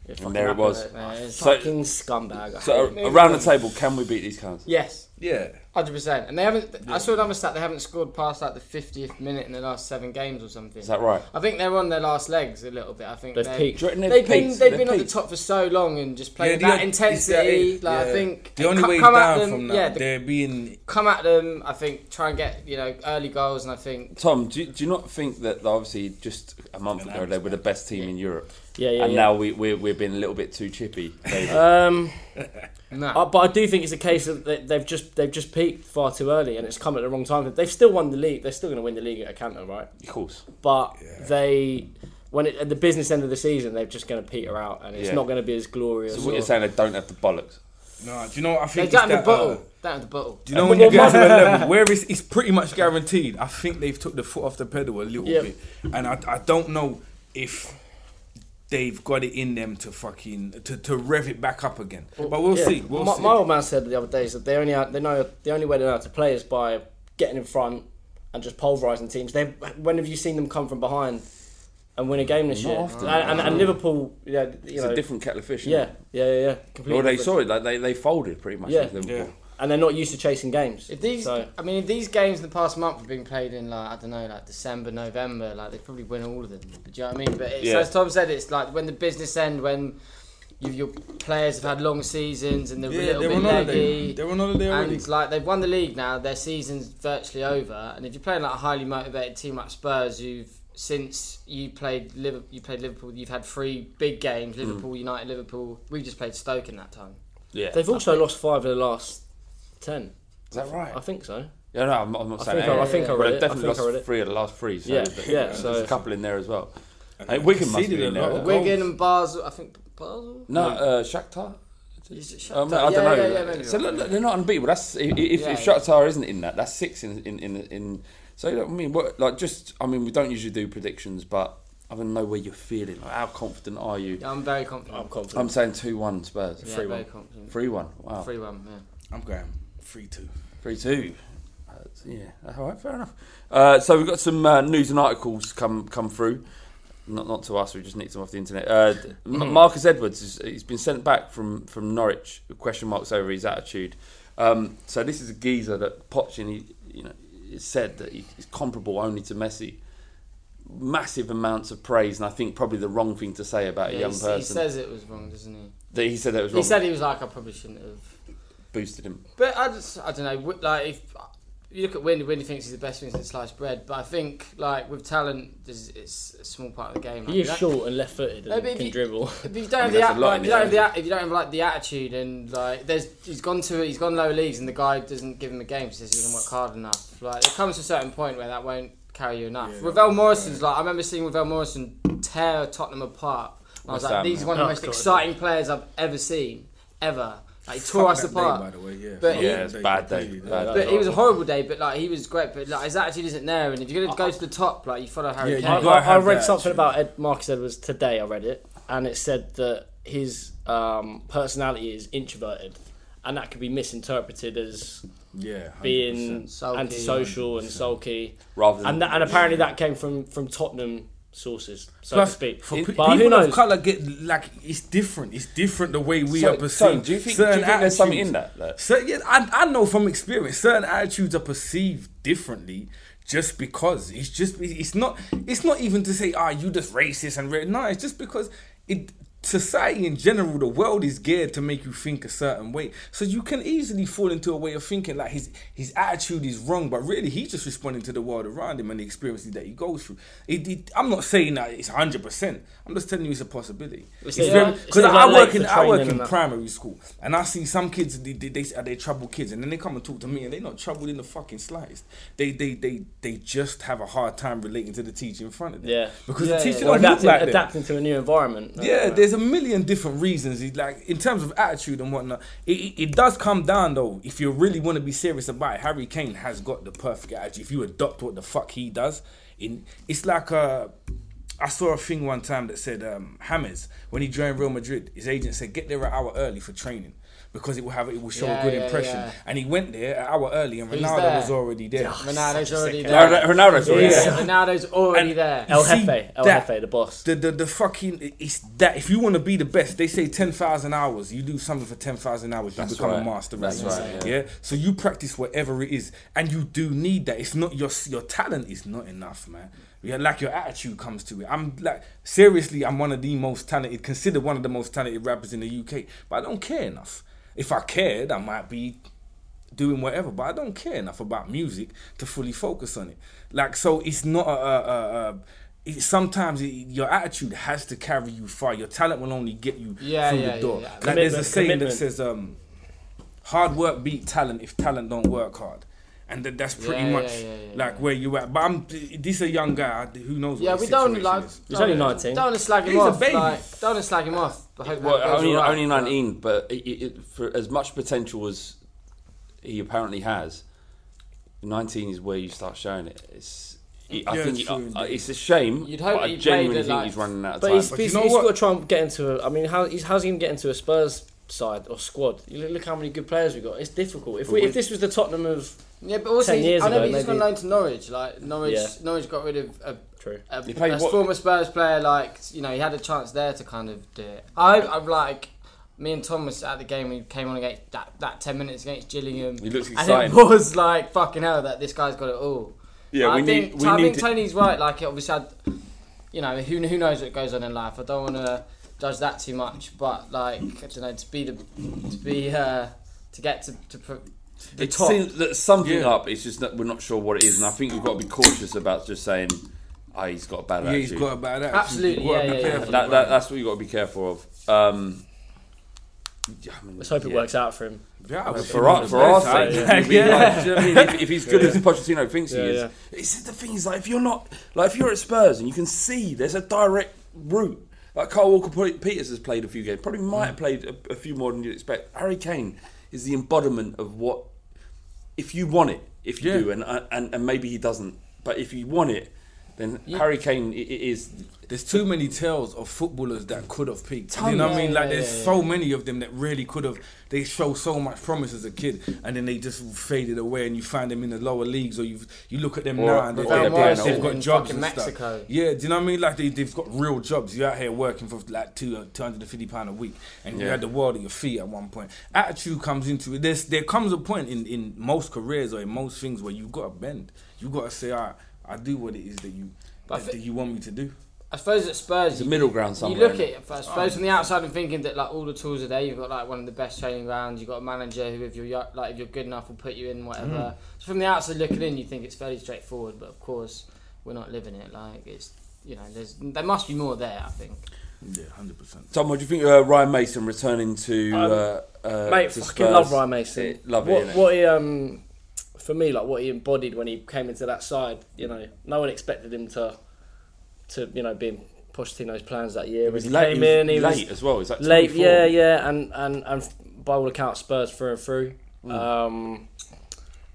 F: It fucking
L: there it
F: happened,
L: was.
F: mate.
E: Yeah, it's-
F: fucking scumbag. I hate
L: So
F: it.
L: a- around the table, can we beat these cunts?
E: yes,
I: Yeah,
E: hundred percent. And they haven't. I saw another stat. They haven't scored past like the fiftieth minute in the last seven games or something.
L: Is that right?
E: I think they're on their last legs a little bit. I think
F: They've
E: they're-
F: peaked. Do you
L: reckon they've
E: They've been
L: peaked?
E: they've
L: They've
E: been on the
L: peaked?
E: top for so long and just
I: Yeah,
E: playing
I: the
E: that
I: only- it's that
E: intensity.
I: it,
E: Like
I: yeah.
E: I think
I: the only
E: co-
I: way
E: come at
I: down
E: them,
I: from that,
E: yeah, the-
I: they're being
E: come at them. I think try and get you know early goals, and I think
L: Tom, do you, do you not think that obviously just a month ago they were the best team in Europe?
F: Yeah, yeah,
L: And
F: yeah.
L: now we, we're, we're being a little bit too chippy. maybe?
F: Um,
E: no.
F: I, but I do think it's a case of they, they've just they've just peaked far too early, and it's come at the wrong time. They've still won the league. They're still going to win the league at a canter, right?
L: of course.
F: But they when it, at the business end of the season, they're just going to peter out, and it's
L: Yeah.
F: not going to be as glorious.
L: So what
F: or-
L: you're saying, they don't have the bollocks.
I: no. Do you know what I
E: They
I: think?
E: don't have
I: it's
E: the
I: that, uh,
E: bottle. Don't have the bottle.
I: do you know when you get to a level where it's, it's pretty much guaranteed? I think they've took the foot off the pedal a little
F: Yeah.
I: bit, and I, I don't know if they've got it in them to fucking to, to rev it back up again. But we'll
F: Yeah.
I: see. We'll
F: my,
I: see.
F: my old man said the other day is that they only they know the only way they know how to play is by getting in front and just pulverising teams. They when have you seen them come from behind and win a game this year? and, and, and Liverpool, yeah, you
L: It's
F: know,
L: a different kettle of fish. isn't
F: Yeah,
L: it?
F: yeah, yeah, yeah. Completely
L: Well, they
F: different.
L: saw it. Like they, they folded pretty much.
F: Yeah.
L: against Liverpool.
F: and they're not used to chasing games.
E: If these,
F: so,
E: I mean, if these games in the past month have been played in like I don't know, like December, November, like they probably win all of them. Do you know what I mean? But it's,
L: Yeah.
E: as Tom said, it's like when the business end, when you, your players have had long seasons and they're a
I: Yeah,
E: little
I: they're
E: bit
I: on holiday.
E: leggy,
I: They're on holiday already.
E: and like they've won the league now, their season's virtually over. And if you're playing like a highly motivated team like Spurs, you've since you played Liverpool, you played Liverpool, you've had three big games:
L: Hmm.
E: Liverpool, United, Liverpool. We've just played Stoke in that time.
L: Yeah.
F: they've also lost five of the last ten.
L: Is that right?
F: I think so.
L: Yeah, no, I'm, I'm not saying
F: think
L: that.
F: I- I think I
L: But
F: read
L: they've
F: it. I
L: definitely
F: think I
L: lost
F: read it.
L: three of the last three. So
F: Yeah,
L: but-
F: yeah,
L: There's
F: so-
L: a couple in there as well. Hey, Wigan must be
I: conceded
L: in
I: a
L: there.
I: lot.
L: right?
E: Wigan and Basel, I think Basel.
L: No, uh, Shakhtar.
E: Is it Shakhtar?
L: Um, I don't
E: Yeah,
L: know.
E: yeah, yeah, maybe
L: so
E: you're
L: look, look, they're not unbeatable. That's if, if,
E: Yeah,
L: if
E: yeah.
L: Shakhtar isn't in that, that's six in in in. in so look, I mean, what, like just I mean, we don't usually do predictions, but I want to know where you're feeling. Like, how confident are you?
E: Yeah, I'm very confident.
F: I'm confident.
L: I'm saying two one Spurs.
E: Yeah,
L: Three
E: very
L: one.
E: confident.
L: Three one. Wow.
E: Three one. Yeah.
I: I'm going three two.
L: Three two. That's- yeah. All right. Fair enough. Uh, so we've got some uh, news and articles come come through. Not not to us. We just nicked them off the internet. Uh, M- Marcus Edwards. Is, he's been sent back from from Norwich. with Question marks over his attitude. Um, so this is a geezer that Poch and he you know he said that he, he's comparable only to Messi. Massive amounts of praise, and I think probably the wrong thing to say about
E: Yeah,
L: a young
E: he, s-
L: person.
E: he says it was wrong, doesn't he?
L: that he said that was wrong.
E: He said he was like, I probably shouldn't have.
L: boosted him.
E: But I just, I don't know. wi- Like if uh, you look at Windy, Windy thinks he's the best thing since sliced bread. But I think like with talent, there's, it's a small part of the game. Like,
F: He
E: you
F: is
E: don't-
F: short and left-footed
E: No,
F: and
E: but if
F: can
E: you-
F: dribble.
E: If you don't
L: I
E: have
L: mean, that's a
E: the
L: lot
E: at- like,
L: in
E: if you don't have
L: the
E: the at- if you don't have like the attitude and like there's he's gone to he's gone lower leagues and the guy doesn't give him a game says he doesn't work hard enough. Like it comes to a certain point where that won't carry you enough. Ravel Morrison's like I remember seeing Ravel Morrison tear Tottenham apart. And I
L: West
E: was like,
L: Ham,
E: these
L: yeah.
E: are one of the
F: Oh,
E: most
F: God,
E: exciting players I've ever seen, ever. Like, he tore us
I: that day,
E: apart.
I: by the way, yeah.
E: But
I: Fuck
E: he-
I: that
L: Yeah, it's a bad day.
I: completely,
L: Bad
E: but
L: day.
E: it was a horrible day, but like he was great. But like his attitude isn't there, and if you're gonna go to the top, like you follow Harry
I: Yeah, you
F: I,
E: Kane.
I: gotta
F: I, I
I: have
F: read
I: that, actually.
F: something about Ed Marcus Edwards today. I read it, and it said that his um, personality is introverted, and that could be misinterpreted as
E: Yeah, 100%.
M: being
I: Sulky.
M: antisocial and sulky.
F: Rather than-
M: and that, and apparently that came from from Tottenham sources, so
E: Plus,
M: to speak.
E: for pe-
M: but who
E: people of
M: knows?
E: color get like it's different. It's different the way we
F: So-
E: are perceived.
F: so do you think-
E: Certain
F: do you think there's something in
E: attitudes-
F: that, though?
E: Cer- yeah, I, I know from experience, certain attitudes are perceived differently just because it's just it's not it's not even to say ah you just racist and re-. no it's just because it society in general the world is geared to make you think a certain way so you can easily fall into a way of thinking like his his attitude is wrong but really he's just responding to the world around him and the experiences that he goes through it, it- i'm not saying that it's 100% i'm just telling you it's a possibility
M: It's
E: It's
M: like-
E: very-
M: it's
E: 'cause
M: like
E: i
M: late
E: work
M: for
E: in i work
M: training
E: in
M: and that.
E: primary school, and I see some kids they they, they are they troubled kids, and then they come and talk to me, and they're not troubled in the fucking slightest. They they they they just have a hard time relating to the teacher in front of them.
M: Yeah.
E: because
I: Yeah,
E: the
I: yeah.
E: teacher
M: Or
E: don't look
M: adapting,
E: like them.
M: adapting to a new environment.
I: uh,
E: Yeah, there's a million different reasons. It- Like in terms of attitude and whatnot, it, it, it does come down though. If you really want to be serious about it, Harry Kane has got the perfect attitude. If you adopt what the fuck he does, in it's like uh, I saw a thing one time that said um, Hammers when he joined Real Madrid, his agent said get there an hour early for training because it will have it will show
I: Yeah,
E: a good
I: yeah,
E: impression.
I: yeah.
E: And he went there an hour early, and
I: Who's
E: Ronaldo
I: there?
E: was already there.
I: Ronaldo's already there.
F: Ronaldo- Ronaldo's already
I: Yeah,
F: there.
I: Ronaldo's already
E: And
I: there.
E: you
M: El
E: see
M: Jefe, El
E: that-
M: Jefe, the boss.
E: The, the the fucking it's that if you want to be the best, they say ten thousand hours. You do something for ten thousand hours, you become
F: right.
E: a master. at
F: That's
E: it.
F: right,
E: Yeah. So you practice whatever it is, and you do need that. It's not your your talent is not enough, man. Yeah, like your attitude comes to it. I'm like seriously, I'm one of the most talented, considered one of the most talented rappers in the UK, but I don't care enough. If I cared, I might be doing whatever, but I don't care enough about music to fully focus on it. Like, so it's not a. a, a, a it, sometimes it, your attitude has to carry you far. Your talent will only get you
I: Yeah,
E: through
I: yeah,
E: the door.
I: yeah, yeah.
E: Like, there's a
M: Commitment,
E: saying
M: commitment.
E: that says, um, "Hard work beat talent if talent don't work hard," and that, that's pretty
I: Yeah, yeah,
E: much
I: yeah, yeah,
E: like where you at. But I'm this a young guy I- who knows.
I: Yeah,
E: what
I: we
E: his
I: don't
E: situation
I: like.
E: is.
M: He's only 19.
I: Don't wanna slag him
E: He's a
I: off.
E: baby.
I: Like, don't wanna slag him off. I hope that
F: Well,
I: goes
F: only,
I: all right.
F: only 19, but it, it, it, for as much potential as he apparently has, 19 is where you start showing it. It's, it- I
E: Yeah,
F: think
E: it's
F: it- I-
E: true,
F: I-
E: indeed.
F: it's a shame.
I: You'd hope
F: but I
I: he played
F: genuinely
I: at,
F: think
I: like-
F: he's running out of
M: But
F: time.
M: he's,
E: But you
M: he's,
E: know
M: he's
E: what?
M: got to try and get into. A, I mean, how, he's, how's he going to get into a Spurs side or squad? You look, look how many good players we got. It's difficult. If we, if this was the Tottenham of,
I: Yeah, but also
M: 10
I: he's,
M: years
I: I know
M: ago,
I: he's just gone
M: maybe.
I: loan to Norwich. Like Norwich,
M: Yeah.
I: Norwich got rid of a,
M: True.
I: a,
F: He played
I: a
F: what-
I: former Spurs player. Like you know, he had a chance there to kind of do it. I, I'm like. Me and Tom was at the game. We came on against that, that ten minutes against Gillingham.
F: He looks
I: And it
F: excited.
I: was like fucking hell that this guy's got it all.
F: Yeah,
I: I
F: we
I: think,
F: need- we
I: I
F: need
I: think
F: to-
I: Tony's right. Like it obviously, had, you know, who who knows what goes on in life. I don't want to judge that too much, but like I don't know, to be the to be uh, to get to to. Pro- the
F: it
I: top.
F: seems that something
E: Yeah.
F: up. It's just that we're not sure what it is, and I think we've got to be cautious about just saying, "Ah, he's got a bad
E: Yeah,
F: attitude."
E: he's got about that.
I: Absolutely, yeah, yeah, yeah.
F: that, that, that's what you got to be careful of. Um, yeah, I mean,
M: let's hope it
F: yeah.
M: works out for him.
F: For our, for our sake, I mean, like, do
E: Yeah.
F: you know what I mean? if, if he's good as Pochettino thinks
M: Yeah,
F: he is,
M: yeah.
F: it's the thing is like if you're not like if you're at Spurs and you can see there's a direct route. Like Carl Walker Peters has played a few games, probably might have played a, a few more than you'd expect. Harry Kane is the embodiment of what if you want it, if you
E: Yeah.
F: do, and, and and maybe he doesn't, but if you want it, then Harry Kane i- i- is
E: There's too many tales of footballers that could have peaked. You
F: Tons.
E: know what I mean?
I: Yeah,
E: Like
I: yeah,
E: there's
I: yeah,
E: so many of them that really could have. They show so much promise as a kid, and then they just faded away. And you find them in the lower leagues, or you you look at them
F: Or-
E: now and
F: or
E: they're,
F: they're
E: they're,
F: playing
E: they've got
I: in
E: jobs
I: fucking
E: and stuff.
I: Mexico.
E: Yeah, do you know what I mean? Like they they've got real jobs. You're out here working for like two uh, two hundred and fifty pound a week, and you
F: Yeah.
E: had the world at your feet at one point. Attitude comes into it. There's there comes a point in in most careers or in most things where you got to bend. You got to say, all right, I do what it is that you
I: But I
E: that,
I: thi-
E: you want me to do.
I: I suppose at Spurs,
F: the
I: you-
F: middle ground
I: You
F: somewhere.
I: look at it, I suppose from the outside and thinking that like all the tools are there. You've got like one of the best training grounds. You've got a manager who, if you're yo- like if you're good enough, will put you in whatever.
F: Hmm.
I: So from the outside looking in, you think it's fairly straightforward. But of course, we're not living it. Like it's you know, there's there must be more there. I think.
E: Yeah, hundred percent.
F: Tom, what do you think of uh, Ryan Mason returning to?
M: Um,
F: uh, uh,
M: Mate,
F: to
M: fucking
F: Spurs?
M: love Ryan Mason.
F: Eh, love
M: what,
F: it. innit?
M: what he um, for me, like what he embodied when he came into that side. You know, no one expected him to, to you know, being Pochettino's plans that year. He
F: was
M: he
F: late-
M: came
F: he was
M: in, he was
F: late as well, he was like
M: late,
F: 24.
M: yeah, yeah, and and and by all accounts, Spurs through and through.
F: Mm.
M: Um,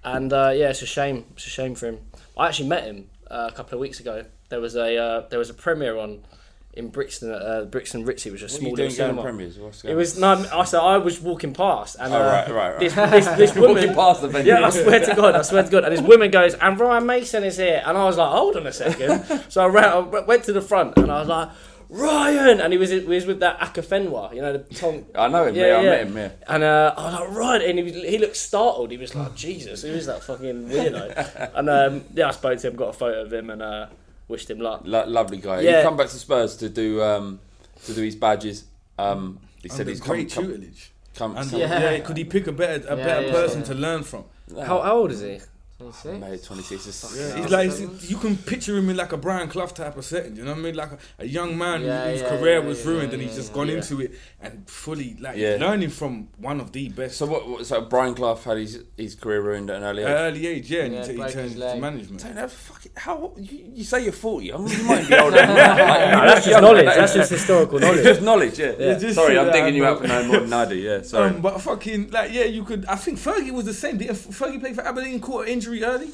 M: and uh, yeah, it's a shame. It's a shame for him. I actually met him uh, a couple of weeks ago. There was a uh, there was a premiere on
I: in Brixton. Uh, Brixton Ritzy was
L: What
I: a
L: are
I: small
L: you
I: little
L: doing going
I: cinema.
L: Premiers? What's going
I: It was no. I so I was walking past, and
L: Oh,
I: uh,
L: right, right, right.
I: this this, this
L: Walking
I: woman
L: past the venue.
I: Yeah, I swear to God, I swear to God. And this woman goes, and Ryan Mason is here, and I was like, hold on a second. so I, ran, I went to the front, and I was like, Ryan, and he was he was with that Akafenwa, you know, the Tong.
L: I know him, yeah, I met him, yeah.
I: And uh, I was like, Ryan, and he, was, he looked startled. He was like, Jesus, who is that fucking weirdo? and um, yeah, I spoke to him, got a photo of him, and uh, wished him luck.
L: Lo- lovely guy.
I: Yeah.
L: He come back to Spurs to do um, to do his badges. Um, he said
E: Under
L: he's
E: great
L: come, come,
E: tutelage.
L: come,
E: And
L: come-
E: yeah. could he pick a better a
F: Yeah,
E: better
F: yeah,
E: person
F: yeah.
E: to learn from?
I: How, how old is he?
L: Mate, 26 is
E: He's like he's- you can picture him in like a Brian Clough type of setting. You know what I mean? Like a, a young man who-
F: Yeah,
E: whose
F: yeah,
E: career
F: yeah,
E: was
F: yeah,
E: ruined,
F: yeah,
E: and he's
F: yeah,
E: just gone
F: yeah.
E: into it and fully like
L: Yeah.
E: learning from one of the best.
L: So what, what? So Brian Clough had his his career ruined at an early
E: at
L: age.
E: early age, yeah, and
F: Yeah,
E: he, t-
F: broke
E: he
F: his
E: turned to
F: leg.
E: management.
L: Don't know, fucking, how you, you say you're 40? I'm, you might be older. than that. Like,
I: No,
L: you're
I: that's just
L: young,
I: knowledge.
L: like,
I: That's just historical
L: It's
I: knowledge.
L: just knowledge, yeah.
E: just
L: sorry,
E: shit
L: I'm
E: that
L: digging you
E: I
L: out for no more than I do, yeah. Sorry.
E: Um, but fucking like yeah, you could. I think Fergie was the same. Did Fergie play for Aberdeen? Caught an injury early.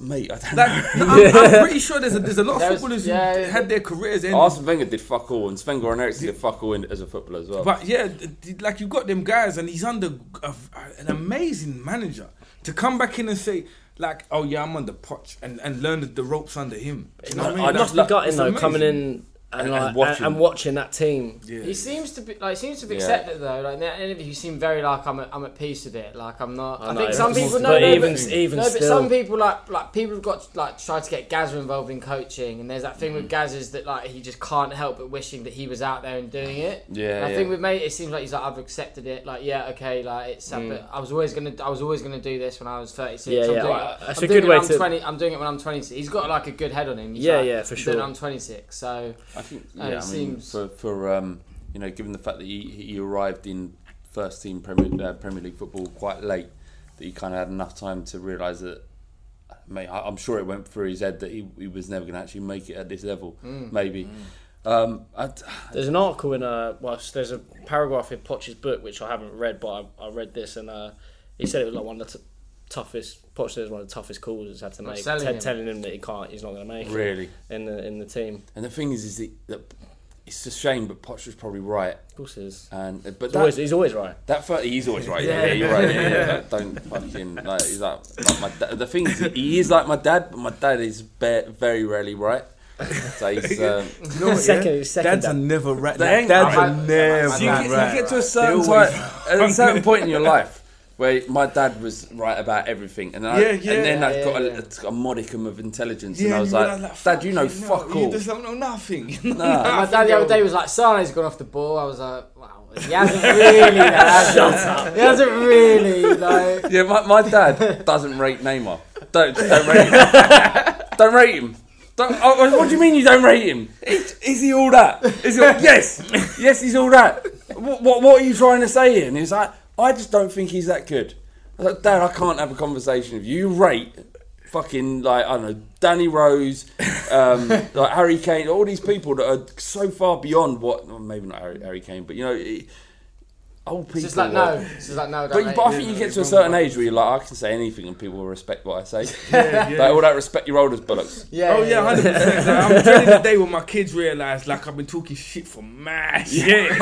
L: Mate, I don't know.
E: Like, no, I'm, I'm pretty sure there's a, there's a lot of
F: There's-
E: footballers
F: yeah,
E: who
F: yeah.
E: had their careers ended.
L: Arsene Wenger did fuck all, and Sven Goran Eriksson did fuck all in, as a footballer as well.
E: But yeah, th- th- like you got them guys, and he's under a, a- an amazing manager to come back in and say like, oh yeah, I'm under potch, and and learn the, the ropes under him.
F: Uh,
E: You know what I mean?
I: It must be
E: Like,
I: gutting
E: it's
I: though,
E: amazing.
I: coming in and,
L: And- and
I: like, and,
L: watching.
I: watching. and watching that team.
E: Yeah.
F: He seems to be like seems to have
L: Yeah.
F: accepted it though. Like in that interview, he seemed very like I'm at, I'm at peace with it. Like I'm not. I,
I: know,
F: think
I: it's
F: some
I: the most
F: people no,
I: important
F: no,
I: thing. Even-
F: but,
I: even
F: no, but
I: still.
F: some people like like people have got like tried to get Gazza involved in coaching, and there's that thing with Gazza is that like he just can't help but wishing that he was out there and doing it.
L: Yeah,
F: And I
L: yeah.
F: think with mate, it seems like he's like I've accepted it. Like yeah, okay, like it's.
I: Mm.
F: But I was always gonna I was always gonna do this when I was 36.
I: Yeah,
F: I'm
I: yeah,
F: Doing
I: well,
F: it,
I: that's
F: I'm
I: a
F: doing
I: good
F: it
I: way
F: when I'm
I: to-
F: 20, I'm doing it when I'm 26. He's got like a good head on him. He's
I: Yeah,
F: like,
I: yeah, for
F: "I'm
I: sure.
F: doing it when I'm 26. So
L: I think,
F: Uh,
L: yeah,
F: it
L: I
F: seems-
L: mean, for, for um, you know, given the fact that he, he arrived in first team Premier, uh, Premier League football quite late, that he kind of had enough time to realise that, mate, I, I'm sure it went through his head that he, he was never going to actually make it at this level, maybe. Um, I,
I: Mm, There's an article in a well, there's a paragraph in Poch's book which I haven't read, but I, I read this and uh, he said it was like one of the t- toughest. Poch said it was one of the toughest calls he's had to make.
F: selling
I: te-
F: him.
I: Telling him that he can't, he's not going to make it
L: Really?
I: in the in the team.
L: and the thing is, is that, that it's a shame, but Poch was probably right.
I: Of course, he's,
L: And but
I: he's
L: that,
I: always he's always right.
L: That fir- he's always right. Yeah, yeah, you're right. Yeah, yeah. Like, don't fucking like. He's like, like my da- the thing is, he is like my dad, but my dad is ba- very rarely right. So he's. Um,
E: You know what, yeah?
I: Second- second
E: Dads are
I: dad.
E: never right.
L: They ain't
E: Like, dads
L: right.
E: are never
L: so you, get,
E: right.
L: you get to a
E: They
L: certain
E: always-
L: time, at a certain point in your life. Where my dad was right about everything, and I,
E: Yeah, yeah.
L: and then I
F: Yeah,
L: got
F: yeah.
L: A, a modicum of intelligence,
E: Yeah,
L: and I was
E: you
L: like,
E: realise,
L: "Dad, you know,
E: fucking
L: fuck
E: no, You
L: all."
E: just don't know nothing.
F: My dad the other day was like, Sane's gone off the ball. I was like, wow, he hasn't really. though, has he? He hasn't really. Like,
L: Yeah, my, my dad doesn't rate Neymar. Don't don't rate him. don't rate him. Don't, oh, what do you mean you don't rate him? Is, is he all that? Is he all, yes, yes, he's all that. What, what what are you trying to say? here? And he's like, I just don't think he's that good. I was like, Dad, I can't have a conversation with you. You rate fucking like I don't know Danny Rose, um, like Harry Kane, all these people that are so far beyond what well, maybe not Harry, Harry Kane, but you know. It, Old people.
F: it's just like,
L: are-
F: no. It's just like, no, don't
L: but,
F: rate
L: but I
F: him.
L: think you get to a certain age where you're like, I can say anything and people will respect what I say. yeah, Like all that respect your oldest bollocks.
F: Yeah,
E: Oh yeah, hundred percent. I'm dreading the day when my kids realise like I've been talking shit for mad shit,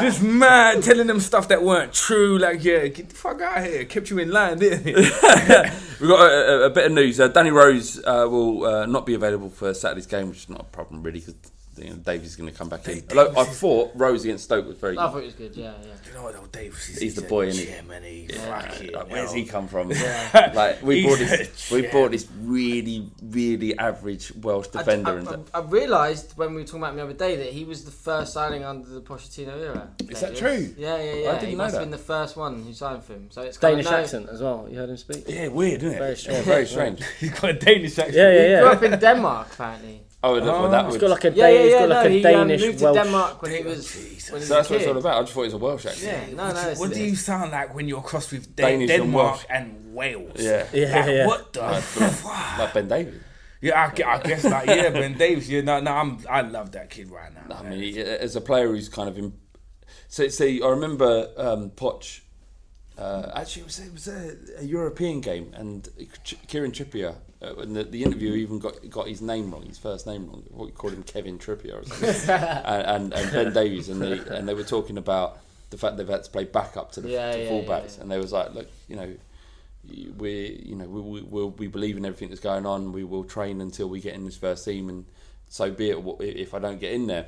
E: just mad, telling them stuff that weren't true. Like yeah, get the fuck out of here. Kept you in line, didn't it?
L: We've got a, a, a bit of news. Uh, Danny Rose uh, will uh, not be available for Saturday's game, which is not a problem really because you know, Davies is going to come back in. Although I thought Rose against Stoke was very.
F: I thought it was good, yeah, yeah.
E: You know what, old Davis is-
L: He's the boy,
E: a
L: isn't he?
E: chairman, he fucking
L: Like, where's
E: hell.
L: he come from? like we
E: He's
L: bought
E: a
L: this, we bought this really, really average Welsh defender, and
F: I, I, I realised when we were talking about him the other day that he was the first signing under the Pochettino era.
L: Is that
F: Davies.
L: true?
F: Yeah, yeah, yeah.
L: I didn't
F: he
L: know
F: must
L: that.
F: have been the first one who signed for him. So it's kinda
I: Danish
F: no-
I: accent as well. You heard him speak.
L: yeah, weird, isn't it?
I: Very strange.
L: Very strange.
E: He's got a Danish accent.
I: Yeah, yeah,
F: Grew
I: yeah.
F: up in Denmark, apparently.
L: Oh, look, well, that
I: He's
L: would.
I: got like a,
F: Yeah, yeah,
I: he's
F: yeah.
I: got like
F: no,
I: a
F: he um,
I: Danish
F: moved to
I: Welsh.
F: Denmark when he was. When he was
L: so that's
F: a
L: what it's
F: kid.
L: all about. I just thought it was a Welsh accent.
F: Yeah, no, no. it's
E: What do
F: the-
E: you sound like when you're crossed with Dan-
L: Danish and Welsh.
E: Denmark and Wales?
L: Yeah.
I: Yeah,
E: Like,
I: yeah.
E: What the fuck?
L: Like Ben Davies.
E: Yeah, I, gue- I guess like yeah, Ben Davis. Yeah, no, no, I'm I love that kid right now.
L: I
E: man.
L: mean, he- as a player who's kind of in. So, see, I remember um, Poch
E: Uh, actually, it was, it was a, a European game, and Ch- Kieran Trippier. Uh, in the, the interview even got got his name wrong, his first name wrong. What you called him, Kevin Trippier, or something. and, and, and Ben Davies, and they and they were talking about the fact they've had to play backup to the,
I: Yeah,
E: to
I: yeah,
E: fullbacks,
I: yeah,
E: and they was like, look, you know, we you know we we, we'll, we believe in everything that's going on. We will train until we get in this first team, and so be it. wh- If I don't get in there,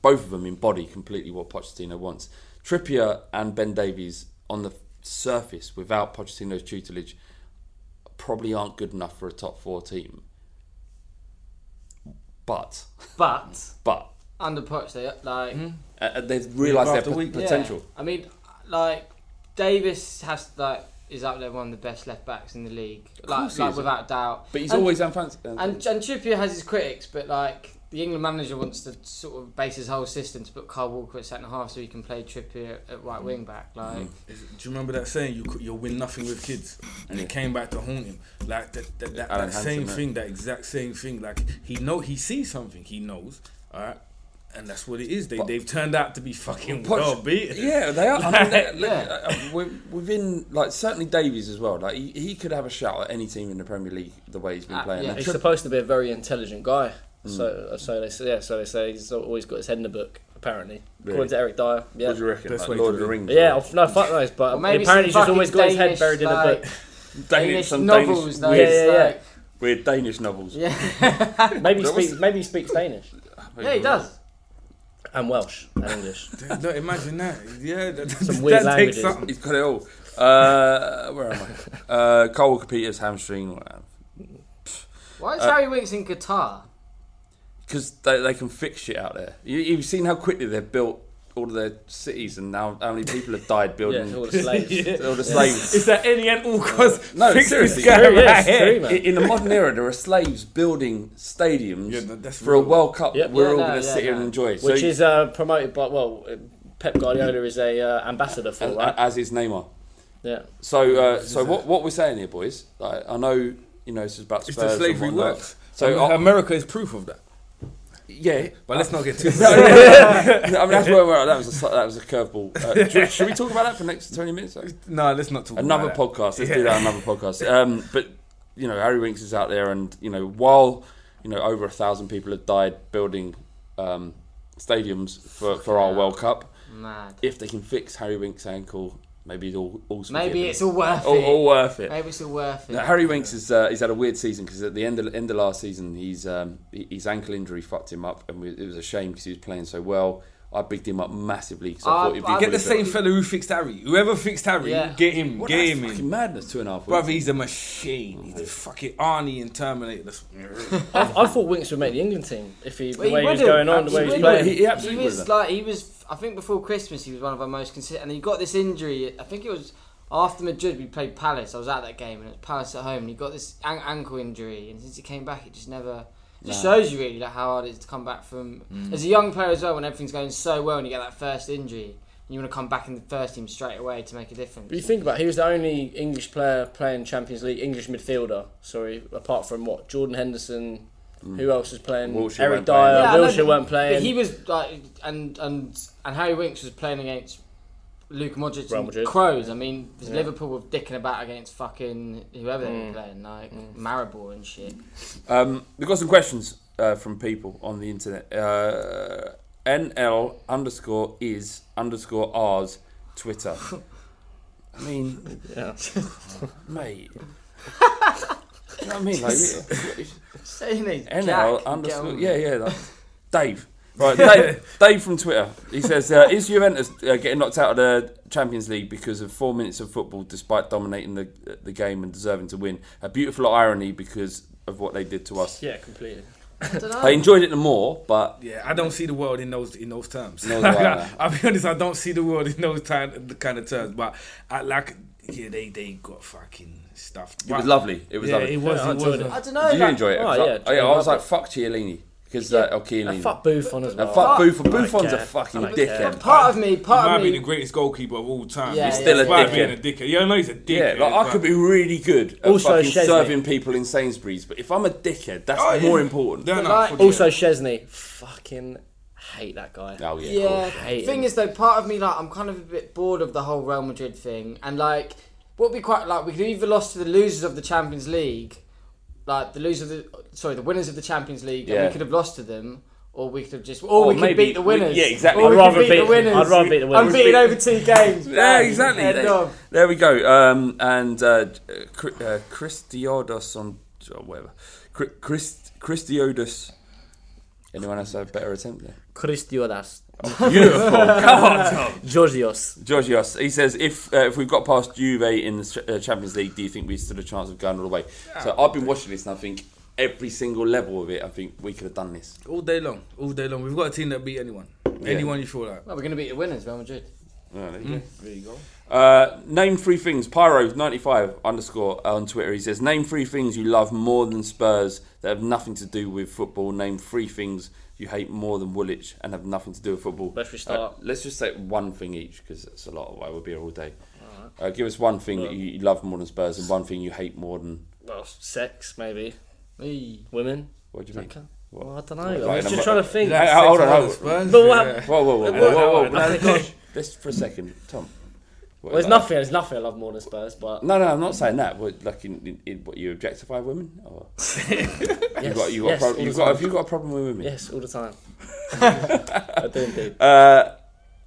E: both of them embody completely what Pochettino wants. Trippier and Ben Davies on the surface without Pochettino's tutelage probably aren't good enough for a top four team. But
I: But
E: but
I: under Poch, they like
E: uh, uh, they've realised their
F: after
E: pot-
F: week.
I: yeah.
E: potential.
I: I mean, like Davis has like is up there one of the best left backs in the league,
E: course
I: like,
E: he
I: like
E: is.
I: without doubt.
E: But he's
I: And-
E: always uh, unfancy.
I: And and Trippier has his critics, but like the England manager wants to sort of base his whole system to put Carl Walker at centre half so he can play Trippier at right wing back. Like
F: Is it- Do you remember that saying? You cou- you'll win nothing with kids, and it came back to haunt him. Like that, that, that,
E: Alan
F: that same
E: Hansen,
F: thing, that exact same thing. Like he know he sees something, he knows. All right. And that's what it is. They, they've turned out to be fucking well beaten.
E: Yeah, they are. I mean, they're- look,
I: Yeah.
E: uh, uh, wi- within like certainly Davies as well. Like he, he could have a shout at any team in the Premier League the way he's been
I: Uh,
E: playing.
I: yeah.
E: And
G: He's
E: Trip- Mm.
G: supposed to be a very intelligent guy. So, so they say, yeah, so they say he's always got his head in the book. Apparently, according to Eric Dyer. Yeah.
E: what do you reckon?
F: Best
E: Like,
F: way
E: Lord
F: to
E: of the
F: be.
E: Rings.
G: Yeah, I've- no, fuck those, but
I: Or maybe
G: apparently he's
I: some
G: just always got his head
I: fucking
G: buried in the
I: Danish,
G: book.
E: Danish,
I: English
E: some
I: novels,
E: Danish,
I: though.
G: Yeah,
I: it's
G: yeah, yeah.
I: like-
E: weird Danish novels.
G: Maybe he
E: That was-
G: speaks, maybe he speaks Danish
I: yeah, he does.
G: and Welsh and English.
F: No, imagine that. Yeah, that,
G: Some weird
F: that
G: languages.
F: takes something.
E: He's got it all. Uh, where am I? Uh, Carl Walker Peters hamstring
I: Why is Harry Winks in Qatar?
E: because they, they can fix shit out there. You, you've seen how quickly they've built all of their cities and now how many people have died
G: Yeah,
E: building
G: all the slaves.
E: all the slaves.
F: Is that any and all cause?
E: No,
F: fix
E: seriously.
F: This guy
G: There he is,
F: right here.
G: there he
E: I- In the modern era, there are slaves building stadiums
F: Yeah, no, that's
E: for a
F: real.
E: World Cup
G: Yeah.
E: we're
G: Yeah,
E: all
I: no,
E: going to
I: yeah,
E: sit here and
I: no.
E: enjoy.
G: Which is uh, promoted by, well, Pep Guardiola is a uh, ambassador for,
E: as,
G: right?
E: as is Neymar.
G: yeah.
E: So, uh, so what, what we're saying here, boys? Like, I know you know this is about
F: It's
E: Spurs
F: the
E: and
F: slavery
E: whatnot.
F: works. So
E: So, I-
F: America is proof of that.
E: yeah,
F: But let's not get too.
E: I mean that's where we're at. That was a sli- that was a curveball. Uh, should, should we talk about that for the next twenty minutes?
F: no, let's not talk.
E: another
F: about that.
E: podcast. Let's do that. on Another podcast. Um, but you know, Harry Winks is out there, and you know, while you know over a thousand people have died building um, stadiums for, for our World Cup,
I: Mad.
E: if they can fix Harry Winks' ankle, maybe it's all all's
I: Maybe
E: forgiven.
I: it's all worth
E: all,
I: it.
E: all worth it.
I: Maybe it's all worth it.
E: Now, Harry Winks has uh, he's had a weird season because at the end of end of last season, he's um, he- his ankle injury fucked him up, and we, it was a shame because he was playing so well. I bigged him up massively because I
I: I-
E: thought he'd be
I: I-
E: really
F: Get the
E: fit.
F: same fella who fixed Harry. Whoever fixed Harry,
I: Yeah.
F: get him.
E: What
F: get
E: that's
F: him in.
E: fucking madness. Two and a half. weeks.
F: Brother, he's a machine. He's a fucking Arnie in Terminator. That's-
G: I, I thought Winks would make the England team if he, the
I: Well,
G: way he was
I: would've.
G: going on, the way he was
I: Absolutely.
G: playing.
E: He- he absolutely
I: He was
E: would've.
I: like he was. I think before Christmas he was one of our most consistent. And he got this injury. I think it was after Madrid we played Palace. I was at that game and it was Palace at home. And he got this an- ankle injury. And since he came back, it just never. It just shows you really like how hard it is to come back from
E: Mm.
I: as a young player as well when everything's going so well and you get that first injury and you want to come back in the first team straight away to make a difference.
G: But you think about it, he was the only English player playing Champions League, English midfielder, sorry, apart from what? Jordan Henderson, who else was playing?
E: Wilshere
G: Eric
E: weren't playing.
G: Dyer,
I: Yeah, I know,
G: Wilshere
I: but-
G: weren't playing.
I: But he was like, and and and Harry Winks was playing against Luka Modric
G: Real
I: and
G: Madrid.
I: Crows. I mean, Liverpool were dicking about against fucking whoever they
E: Mm.
I: were playing, like Maribor and shit.
E: Um, we've got some questions uh, from people on the internet. Uh, NL underscore is underscore R's Twitter. I mean,
G: Yeah.
E: mate. Do you know what I mean? Like, yeah.
I: Saying he's
E: NL
I: Jack,
E: underscore.
I: get on
E: Yeah,
I: with it.
E: yeah. Like, Dave. Right, Dave, Dave from Twitter. He says, uh, "Is Juventus uh, getting knocked out of the Champions League because of four minutes of football, despite dominating the uh, the game and deserving to win? A beautiful irony because of what they did to us.
G: yeah, completely.
I: I don't know.
E: I enjoyed it the more, but
F: yeah, I don't see the world in those in those terms.
E: No, no.
F: I'll be honest, I don't see the world in those time, the kind of terms. But I like, yeah, they they got fucking stuffed.
E: it was lovely. It was
F: Yeah,
E: lovely.
F: it was.
G: Yeah, I
F: it was.
G: enjoyed it.
I: I don't know.
E: Did you
I: like,
E: enjoy it?
G: Oh,
E: 'Cause I,
G: yeah,
E: I, I was
G: lovely.
E: like, fuck Chiellini. Because, uh, oh, Chiellini.
G: And fuck Buffon as well.
E: And fuck
I: Fuck.
E: Buffon. Buffon's a
G: care.
E: fucking
G: I don't care.
E: dickhead.
I: Part of me,
F: He might
I: part of
F: be the
I: me.
F: greatest goalkeeper of all time.
I: Yeah,
F: He's
I: yeah,
F: still
E: yeah.
F: a
E: Despite
F: being a dickhead. Yeah, I know he's a
E: Yeah,
F: dickhead.
E: like, I
F: but-
E: could be really good at
G: Also
E: fucking
G: Szczesny.
E: serving people in Sainsbury's, but if I'm a dickhead, that's
F: Oh, yeah.
E: more important.
F: No, no,
I: Like-
F: fuck
G: Also, Chesney, fucking hate that guy.
E: Oh, yeah, of
I: Yeah.
E: course,
G: Hate
I: Thing
G: him.
I: is, though, part of me like I'm kind of a bit bored of the whole Real Madrid thing, and like what we quite like, we could either lost to the losers of the Champions League, like the losers, of the, sorry, the winners of the Champions League, and
E: Yeah.
I: we could have lost to them. Or we could have just, or we could
E: maybe
I: beat the
E: we-
I: winners.
E: yeah, exactly.
I: Or
E: I'd
I: we
G: rather
I: could beat,
G: beat
I: the
G: them.
I: winners.
G: I'd rather beat the winners.
I: Unbeaten over two games.
E: Yeah, exactly.
I: Head
E: There,
I: on.
E: there we go. Um, and uh, Cri- uh, Christiodos on or whatever. Cri- Christ, Christiodos. Anyone else have a better attempt there?
G: Christiodas.
E: Beautiful. Come on, Tom.
G: Georgios.
E: Georgios, he says, if uh, if we've got past Juve in the Ch- uh, Champions League, do you think we stood a chance of going all the way? So I've been watching this, and I think every single level of it, I think we could have done this.
F: All day long, all day long. We've got a team that beat anyone. Anyone you feel like.
I: Well, we're going to beat the winners, Real Madrid.
E: Yeah, there you
F: There you go.
E: go. Mm. Uh, name three things. Pyro95 underscore on Twitter. He says, name three things you love more than Spurs that have nothing to do with football. Name three things you hate more than Woolwich and have nothing to do with football. Uh,
G: Let's restart.
E: let's just say one thing each because it's a lot. Of, I will be here all day. Uh, give us one thing that you you love more than Spurs and one thing you hate more than.
G: Well, sex maybe.
I: Hey.
G: Women.
E: What do
G: Does
E: you
G: that
E: mean?
G: count?
E: What?
G: Well, I don't
E: Right,
G: know. I'm
E: and
G: just
E: I'm-
G: trying to think.
E: Yeah, I- hold on, hold on.
G: But what-
E: Whoa, whoa, whoa,
G: What-
E: whoa, whoa, whoa.
G: what-
E: No, gosh. Just for a second, Tom.
G: Well,
E: What,
G: there's
E: like-
G: nothing. There's nothing I love more than Spurs, but
E: No, no, I'm not saying that. What, like, in, in, in, what you objectify women, or you
G: Yes,
E: got you
G: yes,
E: got
G: all
E: a
G: the
E: problem? You've got have
G: time.
E: you got a problem with women?
G: yes, all the time. I do indeed.
E: Uh,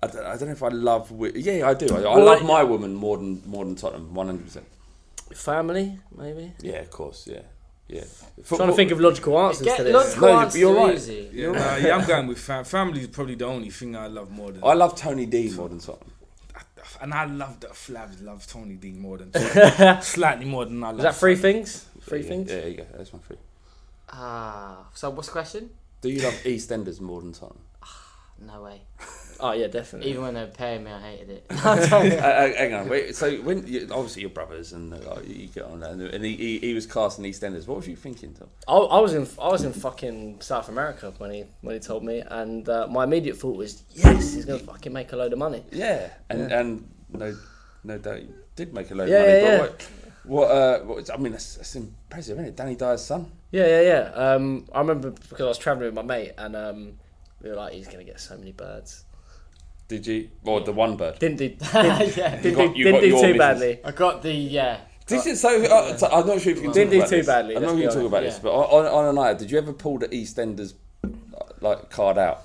E: I don't, I don't know if I love. wi- Yeah, I do. I, I
G: Well,
E: love
G: I-
E: my woman more than more than Tottenham, one hundred percent.
G: Family, maybe.
E: Yeah, of course. Yeah, yeah.
G: trying to think of logical answers
I: Get
G: to this.
I: logical
E: No,
I: answers
E: you're
I: are
E: right.
I: easy.
F: Yeah, nah, Uh, yeah, I'm going with fam- family. Is probably the only thing I love more than.
E: I love Tony D more than Tottenham.
F: and I love that Flav loves Tony D more than Tony. slightly more than I love.
G: Is that three
F: Flav.
G: things? Three
E: yeah,
G: things.
E: Yeah, there you go. That's my three.
I: Ah, so what's the question?
E: Do you love EastEnders more than Tottenham?
I: No way.
G: Oh yeah, definitely.
I: Even when they were paying me, I hated it.
E: uh, uh, hang on, wait. So when you, obviously your brothers and uh, you get on there, and he, he, he was casting EastEnders. What was you thinking, Tom?
G: I, I was in I was in fucking South America when he when he told me, and uh, my immediate thought was, yes, he's gonna fucking make a load of money.
E: Yeah, and and no, no doubt you did make a load
G: Yeah,
E: of money.
G: yeah,
E: but What, what, uh, what? was- I mean, that's, that's impressive, isn't it? Danny Dyer's son.
G: Yeah, yeah, yeah. Um, I remember because I was traveling with my mate, and um, we were like, he's gonna get so many birds.
E: Did you? Or the one bird.
G: Didn't do didn't,
I: yeah.
G: didn't
E: got-
G: do,
E: you
G: didn't
E: got
G: do
E: your
G: too
E: missus.
G: badly.
I: I got the yeah.
E: This is so. Uh, so I'm not sure if you can
G: Didn't
E: talk
G: do
E: about
G: too
E: this.
G: badly,
E: I'm not
G: let's
E: going
G: be
E: to talk about
G: honest,
E: this,
G: yeah.
E: but on, on a night, did you ever pull the EastEnders uh, like card out?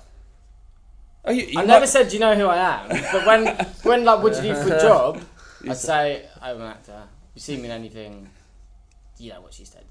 E: Oh, you, you
I: I
E: like-
I: never said you know who I am, but when when like what do you do for a job, I would say I'm an actor. You've seen me in anything. You know what she said.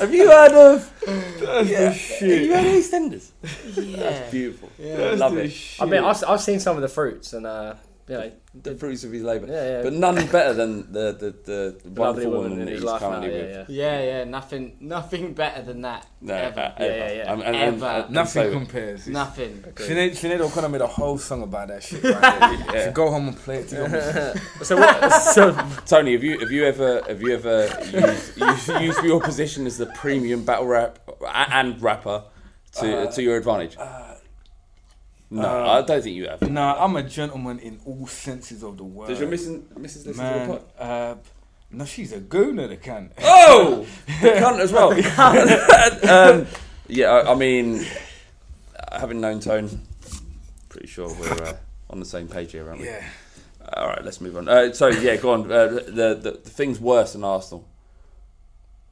E: Have you heard of? yeah. Have you heard of EastEnders?
I: Yeah.
E: Beautiful. I love it.
G: I mean, I've, I've seen some of the fruits, and uh, you know,
E: the fruits of his labour.
G: Yeah, yeah.
E: But none better than the the, the, the
G: lovely
E: wonderful
G: woman
E: woman
G: in
E: that
G: his
E: he's
G: life now.
E: currently
G: Yeah,
E: with.
G: yeah.
I: Yeah, yeah, nothing, nothing better than that.
E: No,
I: ever.
E: uh,
G: Yeah,
E: ever.
G: yeah, yeah.
E: Um, and- and-
I: Ever.
E: and- and
F: Nothing
E: so-
F: compares.
I: Nothing.
F: Sinead, Sinead O'Connor made a whole song about that shit. Right there. So go home and play it to your missus.
G: So, what, so
E: Tony, have you have you ever have you ever used, used, used your position as the premium battle rap a- and rapper to to your advantage? no, I don't think you have.
F: Nah, I'm a gentleman in all senses of the word.
E: Does your missus, missus listen
F: Man,
E: to the pod?
F: uh, no, she's a gooner, the can.
E: Oh, the cunt as well. um, yeah, I, I mean, having known Tone, pretty sure we're uh, on the same page here, aren't we?
F: Yeah.
E: All right, let's move on. Uh, so yeah, go on. Uh, the, the the things worse than Arsenal.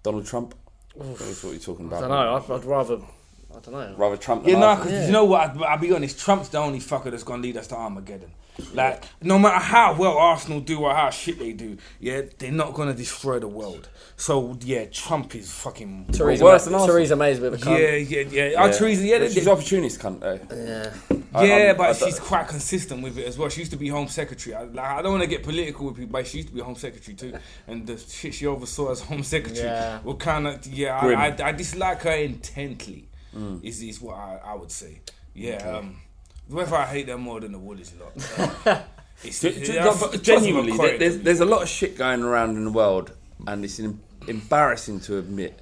E: Donald Trump. That's what you're talking
G: I
E: about.
G: don't know. I'd, I'd rather. I don't know.
E: Rather Trump than
F: Yeah, no,
E: Arsenal.
F: because you know what? I, I'll be honest. Trump's the only fucker that's gonna lead us to Armageddon. Like, no matter how well Arsenal do or how shit they do, yeah, they're not gonna destroy the world. So yeah, Trump is fucking.
G: Theresa,
E: Well, worse than
G: May,
E: Arsenal.
G: Theresa May's a bit of a cunt.
F: Yeah, yeah, yeah. Oh, Theresa, yeah,
E: But
F: they-
E: she's
F: they-
E: opportunist, cunt. Though.
G: Yeah.
E: I-
F: yeah,
E: I'm- I
F: but
E: don't-
F: she's quite consistent with it as well. She used to be Home Secretary. I, like, I don't want to get political with people, but she used to be Home Secretary too. And the shit she oversaw as Home Secretary
I: Yeah.
F: were kind of, yeah,
E: Grim.
F: I, I, I dislike her intently, is, is what I, I would say. Yeah, um, whether I hate them more than the Woolies lot. uh, it's,
E: Do- do-
F: yeah,
E: no,
F: it's-
E: but
F: it's
E: genuinely,
F: quite
E: there- there's, there's a lot of shit going around in the world, and it's em- embarrassing to admit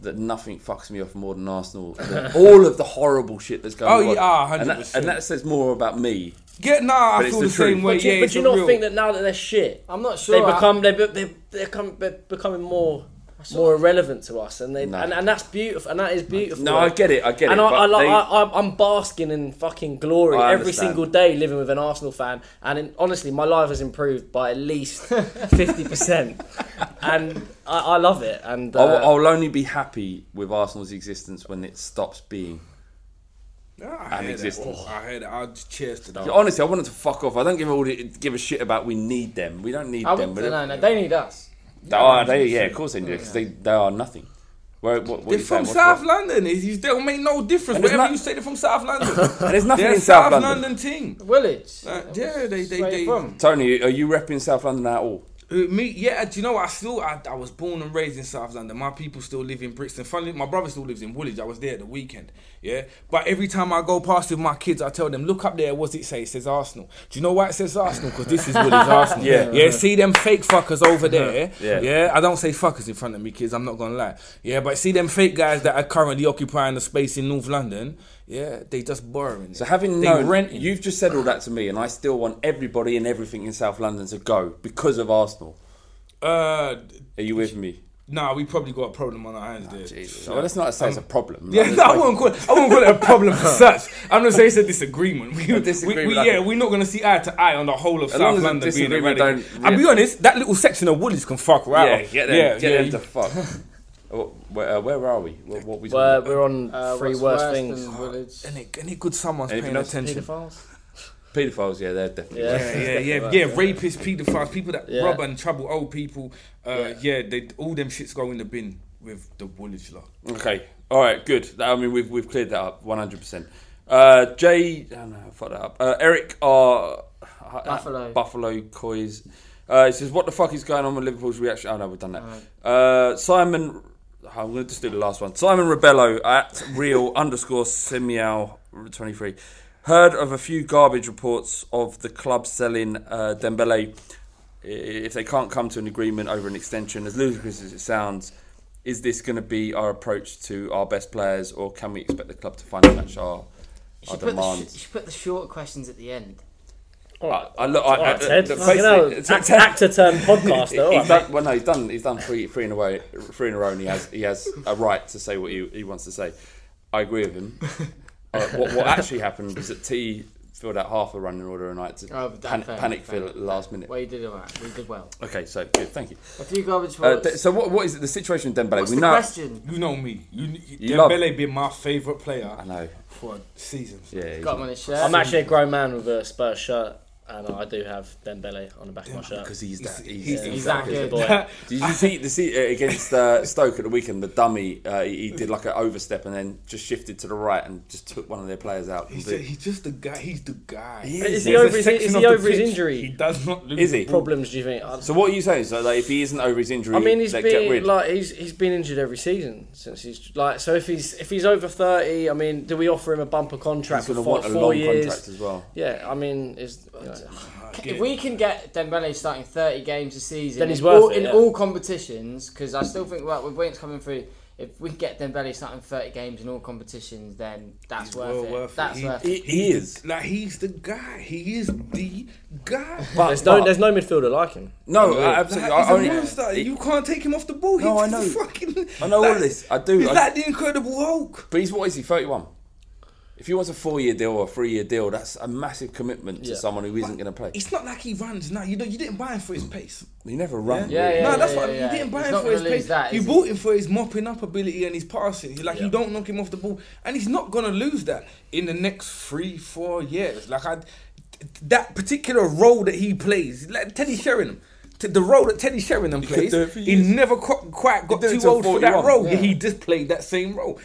E: that nothing fucks me off more than Arsenal. than all of the horrible shit that's going
F: Oh,
E: on.
F: yeah, ah,
E: and, that,
F: 100%.
E: and that says more about me.
F: Yeah, nah,
E: but
F: I
E: it's
F: feel
E: the
F: the,
E: truth.
F: same way.
G: But do you,
F: yeah,
G: but
F: it's
G: do you
F: a
G: not
F: real-
G: think that now that they're shit,
I: I'm not
G: they
I: sure.
G: become they be- they they're, com- they're becoming more more irrelevant to us, and they
E: No.
G: and, and that's beautiful, and that is beautiful.
E: No, I get it, I get
G: and
E: it,
G: And I, I,
E: but
G: like,
E: they-
G: I, I, I'm basking in fucking glory
E: I
G: every
E: understand.
G: single day, living with an Arsenal fan, and in, honestly, my life has improved by at least fifty percent, and I, I love it. And uh,
E: I'll, I'll only be happy with Arsenal's existence when it stops being.
F: I hear that.
E: existence.
F: Oh, I hear that. I'll just cheers to that.
E: Honestly, I want them to fuck off. I don't give all the, give a shit about. We need them. We don't need
I: I
E: them.
I: wouldn't,
E: We don't-
I: no, no, they need us.
E: They are, they, yeah, of course they do, because they, they are nothing. Where, what, what
F: They're
E: you
F: from
E: saying? What's
F: South
E: that?
F: London. It, it don't make no difference.
E: And there's
F: Whatever
E: not-
F: you say, they're from South London.
E: And there's nothing
F: they're
E: in
F: South,
E: South London.
F: London team.
I: Village.
F: Uh, yeah, they they
I: Where
F: they.
I: you from?
E: Tony, are you repping South London at all?
F: Uh, me, yeah, do you know what? I still, I, I was born and raised in South London. My people still live in Brixton. Funnily, my brother still lives in Woolwich. I was there at the weekend, yeah. But every time I go past with my kids, I tell them, look up there, what's it say? It says Arsenal. Do you know why it says Arsenal? Because this is Woolwich Arsenal.
E: Yeah.
F: yeah. See them fake fuckers over there.
E: Yeah.
F: Yeah. I don't say fuckers in front of me, kids. I'm not gonna lie. Yeah, but see them fake guys that are currently occupying the space in North London. Yeah, they just borrowing.
E: So
F: it.
E: having
F: they
E: known,
F: renting.
E: you've just said all that to me, and I still want everybody and everything in South London to go because of Arsenal.
F: uh,
E: Are you with me?
F: nah, we probably got a problem on our hands there.
E: So let's not say it's a problem.
F: Um, Yeah,
E: Like,
F: no, I
E: like-
F: wouldn't call it. I wouldn't call it a problem as such. I'm just saying it's a disagreement. We, we-
E: disagreement,
F: we-
E: like-
F: yeah, we're not going to see eye to eye on the whole of
E: As long
F: South
E: as the
F: London being
E: disagreement
F: eradicated.
E: don't-
F: I'll be
E: yeah.
F: honest, that little section of Woolies can fuck right
E: Yeah,
F: off.
E: get them,
F: yeah,
E: get
F: yeah,
E: them
F: you-
E: to fuck. Oh, where, uh, where are we? What, what we talking
G: we're,
E: about?
G: we're on
I: Uh,
G: three
I: what's
G: worse
I: worse
G: things.
I: than Village?
F: and it, and it good someone's
E: Anything
F: paying
E: else?
F: attention.
E: Paedophiles, yeah, they're definitely.
G: Yeah.
F: Yeah, yeah, yeah, yeah. Rapists, paedophiles, people that
G: Yeah.
F: rob and trouble old people. Uh, yeah. they all them shits go in the bin with the Woolwich lot.
E: Okay. All right. Good. I mean, we've we've cleared that up. One hundred percent. Uh, Jay, oh no, I fucked that up. Uh, Eric R.
I: Buffalo.
E: Buffalo Coys. Uh, he says, "What the fuck is going on with Liverpool's reaction?" Oh no, we've done that. Uh, Simon, oh, I'm going to just do the last one. Simon Rebello at real underscore Simiao twenty three. Heard of a few garbage reports of the club selling uh, Dembele i- if they can't come to an agreement over an extension. As ludicrous as it sounds, is this going to be our approach to our best players, or can we expect the club to finally match our,
I: You
E: our
I: should, put the sh- you
E: demands?
I: should put the short questions at the end.
E: All right, I uh, look. I, I,
G: Alright, Ted.
E: the-
G: Fucking hell.
E: basically-
G: Act- Actor turned podcaster.
E: He's
G: alright, mate.
E: done, well, no, he's done. He's done three, three in a row, three in a row, and he has he has a right to say what he, he wants to say. I agree with him. Uh, what, what actually happened was that T filled out half a running order and I had to
I: Oh, but that
E: pan-
I: fair,
E: panic
I: fair.
E: fill at the last minute.
I: Well, you did all right. We did well.
E: Okay, so good, thank you.
I: A few garbage
E: Uh,
I: reports.
E: th- so what what is it, the situation with Dembele?
I: What's
E: we
I: the
E: know
I: question?
F: You know me. You,
E: You
F: you
E: love-
F: Dembele been my favourite player
E: I know.
F: for seasons.
E: Yeah, he's-
I: Got him on his shirt.
G: I'm actually a grown man with a Spurs shirt, and I do have Dembele on the back of my shirt.
E: because he's that. He's,
I: He's that good.
G: Boy.
E: Did you see the see uh, against uh, Stoke at the weekend? The dummy uh, he, he did like an overstep and then just shifted to the right and just took one of their players out.
F: He's,
E: completely.
F: he's just the guy. He's the guy.
G: Is he
E: There's a
G: over his, is
F: section
G: he
F: of the
G: over his
F: pitch,
G: injury
F: He does not lose.
E: Is he?
F: the ball.
G: problems? Do you think? I,
E: So what are you saying? So like, if he isn't over his injury,
G: I mean, he's
E: they get
G: been
E: rid.
G: like he's he's been injured every season since he's like. So if he's if he's over thirty, I mean, do we offer him a bumper contract
E: He's
G: for
E: gonna
G: four,
E: want a
G: four
E: long
G: years?
E: contract as well.
G: Yeah, I mean, is you know,
I: If we can get Dembele starting 30 games a season,
G: Then he's
I: in
G: worth
I: all,
G: it,
I: in
G: yeah.
I: all competitions, because I still think well, with Williams coming through, if we can get Dembele starting 30 games in all competitions, then that's
F: He's
I: worth
F: well
I: it.
F: worth it.
I: that's
F: He-
I: worth
E: he,
I: it.
E: he is.
F: Like he's the guy. He is the guy.
G: there's no there's no midfielder like him.
E: no, I,
F: Like,
E: uh, absolutely.
F: he's
E: I,
F: a
E: only,
F: monster.
E: he-
F: you can't take him off the ball. He's
E: No, I
F: the
E: know.
F: Fucking,
E: I know all
F: like,
E: this. I do.
F: He's
E: I-
F: like the Incredible Hulk.
E: but he's what is he? Thirty-one. If he wants a four-year deal or a three-year deal, that's a massive commitment to
G: Yeah.
E: someone who isn't going to play.
F: It's not like he runs now. You know, you didn't buy him for his pace.
E: He never run.
I: Yeah,
E: really.
I: yeah,
F: no, that's
I: yeah,
F: what I
I: yeah,
F: mean. You didn't buy
I: He's
F: him
I: not
F: for his
I: gonna lose
F: pace.
I: that,
F: you
I: is he?
F: bought him for his mopping up ability and his passing. Like
G: Yeah.
F: you don't knock him off the ball, and he's not gonna lose that in the next three, four years. Like I, that particular role that he plays, like Teddy Sheringham. t- The role that Teddy Sheringham
E: could
F: plays,
E: do it for
F: he
E: years.
F: never qu- quite got
E: do it
F: too
E: till
F: old for that
E: 41.
F: role. Yeah. He just played that same role.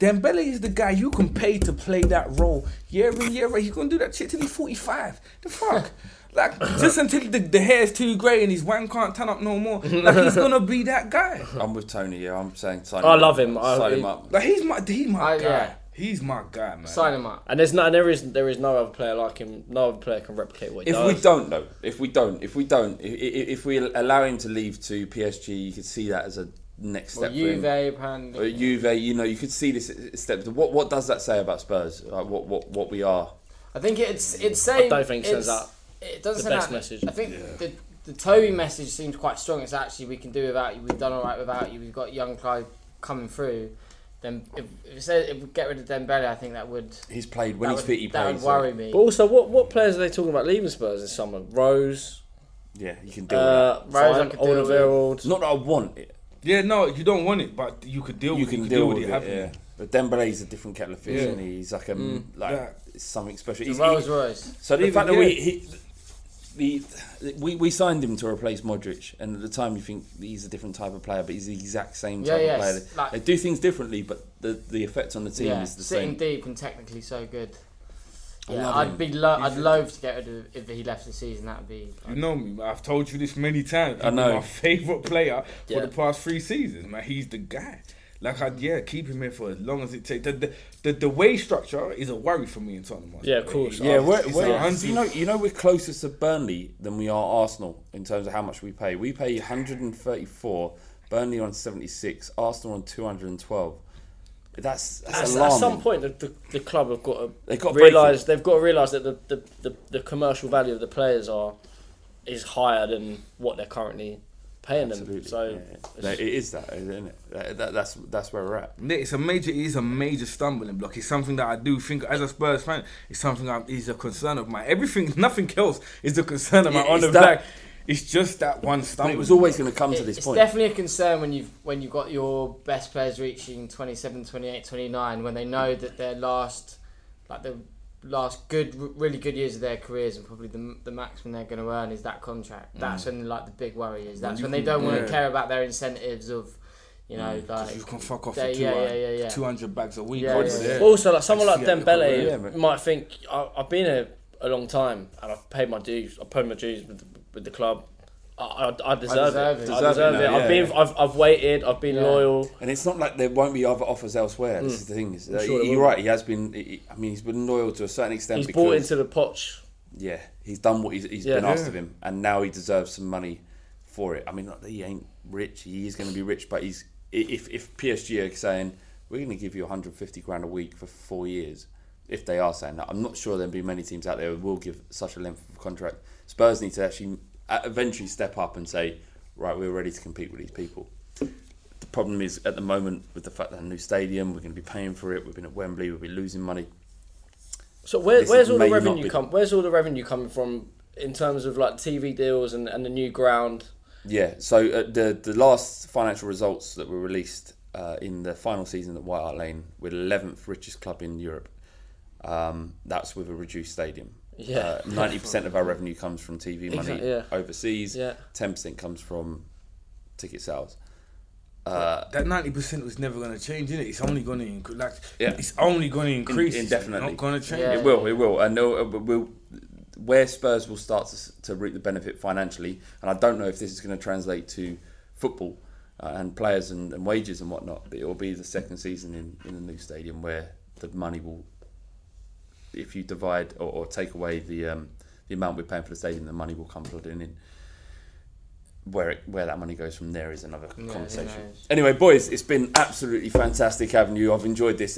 F: Dembele is the guy you can pay to play that role year in year out. He's gonna do that shit till he's forty five. The fuck, like just until the, the hair's too grey and his wang can't turn up no more. Like he's gonna be that guy.
E: I'm with Tony. Yeah, I'm saying. Sign
G: I
E: up.
G: love him. I-
E: Sign
G: he-
E: him up.
F: Like he's my he's my
I: I-
F: guy.
I: yeah.
F: He's my guy, man.
I: Sign him up.
G: And there's no, and there is there is no other player like him. No other player can replicate what he
E: If
G: does.
E: we don't though, if we don't, if we don't, if, if, if we allow him to leave to PSG, you could see that as a next
I: Or
E: step. for him.
I: Juve, apparently.
E: Uh, Juve, you know, you could see this step. What what does that say about Spurs? Like, what what what we are?
I: I think it's it's saying.
G: don't think it sends
I: it's-
G: out
I: It doesn't
G: the
I: send
G: best
I: out-
G: message.
I: I think the the Toby message seems quite strong. It's actually we can do without you. We've done all right without you. We've got young Clive coming through. Then if, if, it said, if we get rid of Dembele, I think that would
E: He's played when
I: that
E: he's
I: would-
E: fit. He
I: that
E: plays.
I: would worry me.
N: But also, what, what players are they talking about leaving Spurs this summer? Rose,
E: Yeah, you can do
N: uh,
E: that.
I: Rose I
N: Fine,
I: could deal with.
N: Alderweireld.
E: Not that I want it.
F: Yeah, no, you don't want it, but you could deal
E: You
F: with it.
E: can
F: You
E: deal with it.
F: haven't
E: yeah.
F: you?
E: But Dembele's a different kettle of fish,
F: Yeah.
E: and he's like a like
F: Yeah.
E: it's something special.
I: The
E: He's,
I: Rolls
E: he-
I: Royce.
E: So the
F: Even-
E: fact that we
F: yeah.
E: he, the we we signed him to replace Modric, and at the time you think he's a different type of player, but he's the exact same
I: Yeah,
E: type
I: yeah,
E: of player.
I: it's like-
E: they do things differently, but the the effect on the team
I: Yeah,
E: is the
I: sitting
E: same.
I: deep and technically so good.
E: I
I: Yeah,
E: love
I: I'd
E: him.
I: be lo- I'd loathe to get rid of if he left the season. That'd be
F: You know me. I've told you this many times.
E: I
F: I
E: know.
F: know my favorite player
N: Yeah.
F: for the past three seasons. Man, he's the guy. Like, I, yeah, keep him here for as long as it takes. The, the, the, the wage structure is a worry for me in Tottenham.
N: Yeah, of course.
E: Yeah,
F: It's-
E: we're,
F: it's
E: we're-
F: a hundred-
E: you know, you know, we're closer to Burnley than we are Arsenal in terms of how much we pay. We pay 134, Burnley on 76, Arsenal on 212. That's that's,
N: At, at
E: alarming.
N: some point, the, the, the club have got to
E: They've got to break
N: realize they've got to realize that the, the, the, the commercial value of the players are is higher than what they're currently paying them. So
E: yeah.
N: it's-
E: No, it is that, isn't it? That, that- that's that's where we're at.
F: Yeah, It's a major, it is a major stumbling block. It's something that I do think, as a Spurs fan, it's something that is a concern of mine. Everything, nothing else is a concern of mine.
E: Yeah,
F: on the
E: it's that-
F: back, it's just that one
E: But
F: stumbling.
E: it was always going to come to
I: It-
E: this
I: it's
E: point.
I: definitely a concern when you've when you've got your best players reaching 27 28 29 when they know that their last like the last good r- really good years of their careers and probably the, m- the maximum they're going to earn is that
E: Mm.
I: contract that's when like the big worry is that's when they don't want to
F: yeah. Mm,
I: care about their incentives of you know like
F: You can fuck off
I: they-
F: for two,
I: yeah, yeah, yeah, yeah.
F: 200 bags a week.
I: Yeah,
F: what's
I: yeah,
F: there?
N: also like someone like
F: Actually, yeah, they've got
N: Dembele
E: yeah, mate.
N: might think I, I've been here a long time and I've paid my dues. I've paid my dues with the, with the club. I, I, I deserve,
I: deserve
N: it.
I: it.
N: I
E: Deserve it
N: deserve it.
E: now,
N: I've
E: yeah,
N: been. I've, I've waited. I've been loyal.
E: And it's not like there won't be other offers elsewhere.
F: Mm.
E: This is the thing. Is that
N: sure there
E: you're
N: will.
E: right. He has been. he- I mean, he's been loyal to a certain extent.
N: He's
E: because,
N: bought into the potch.
E: Yeah, he's done what he's, he's
N: Yeah.
E: been asked
N: Yeah.
E: of him, and now he deserves some money for it. I mean, not that he ain't rich. He is going to be rich, but he's i- if if PSG are saying we're going to give you 150 grand a week for four years, if they are saying that, I'm not sure there'll be many teams out there who will give such a length of contract. Spurs need to actually uh, eventually step up and say, right, we're ready to compete with these people. The problem is at the moment with the fact that a new stadium, we're going to be paying for it. We've been at Wembley, we'll be losing money.
N: So where,
E: This
N: where's all
E: may
N: the
E: not
N: revenue
E: be-
N: come? Where's all the revenue coming from in terms of like TV deals and, and the new ground?
E: Yeah. So uh, the the last financial results that were released uh, in the final season at White Hart Lane, we're the eleventh richest club in Europe. Um, that's with a reduced stadium. Uh,
N: Yeah.
E: Ninety percent of our revenue comes from TV money
N: Exact- yeah.
E: overseas.
N: Yeah.
E: Ten percent comes from ticket sales.
F: that ninety percent was never going to change, innit? It's only going to increase. Like,
E: Yeah.
F: it's only going to increase. It's
E: indefinitely.
F: not going to change.
E: It will. It will. And they'll- uh, we'll, where Spurs will start to, s- to reap the benefit financially, and I don't know if this is going to translate to football uh, and players and, and wages and whatnot, but it will be the second season in, in the new stadium where the money will, if you divide or, or take away the um, the amount we're paying for the stadium, the money will come flooding in. Where it, where that money goes from there is another conversation. Anyway, boys, it's been absolutely fantastic having you. I've enjoyed this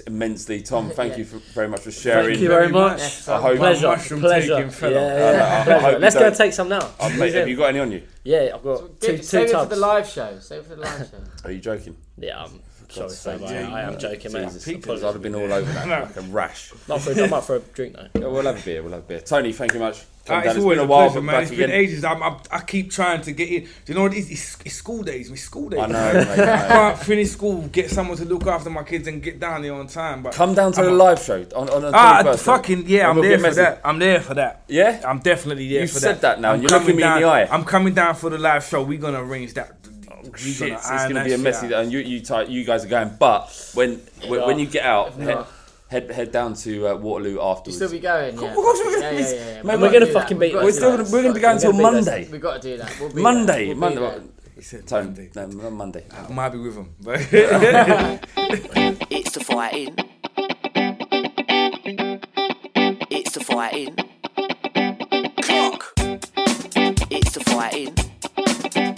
E: immensely. Tom, thank you for, very much for sharing.
N: Thank you very much.
E: I hope-
N: Pleasure.
F: Mushroom
N: Pleasure.
F: taking fella.
N: Yeah, yeah.
E: uh, I
N: Pleasure.
E: hope
N: Let's
E: you
N: go
E: don't-
N: take some now.
E: Oh, mate, have you got any on you?
N: Yeah, I've got two,
I: Give- save
N: two
I: it for
N: tubs.
I: the live show save it for the live show
E: Are you joking?
N: Yeah, I'm sorry, Sam. I, I am joking, mate.
E: Jesus, apologies, I'd have been all over that like a rash.
N: Not for, I'm up for a drink though.
E: Yeah, we'll have a beer. We'll have a beer. Tony, thank you much.
F: Uh,
E: Come down.
F: it's always
E: been
F: a,
E: a while,
F: pleasure,
E: but
F: man.
E: back
F: It's
E: again.
F: been ages. I'm, I'm, I keep trying to get in. Do you know what it is? It's, it's school days. It's school days.
E: I know, mate, I know.
F: can't finish school, get someone to look after my kids, and get down there on time. But
E: Come down to
F: I'm
E: the
F: a-
E: live show on, on the
F: Ah,
E: 21st,
F: fucking
E: right?
F: yeah!
E: And
F: I'm
E: we'll
F: there
E: get
F: for
E: messy.
F: that. I'm there for that.
E: Yeah?
F: I'm definitely there
E: You've
F: for that.
E: said that now,
F: I'm
E: and you're looking
F: coming
E: me in the
F: down-
E: eye.
F: I'm coming down for the live show. We're gonna arrange that. We're
E: Oh, Shit, so it's
F: iron
E: going to
F: that
E: be a
F: shit
E: messy
F: out.
E: day, and you you, ty- you guys are going. But when when, when you get out,
I: If
E: head,
I: not-
E: head head down to uh, Waterloo
I: you
E: afterwards.
I: still be going yeah
E: Of course we're gonna-
I: yeah, yeah, yeah, yeah.
E: Mate,
I: We've
E: we're
I: gotta
N: gonna
I: do that.
N: fucking
I: We've
N: beat
I: gotta
N: them.
E: we're
I: do
E: still
I: that.
E: gonna, we're going to
N: We've
E: be
N: gotta beat those.
I: we've
E: going until Monday.
I: got to do that we'll be
E: Monday,
I: there. We'll be
E: Monday.
I: there.
F: He said
E: Tony, no, not Monday.
F: I might be with him, but
H: It's the fighting. It's the fighting. Clock. It's the fighting.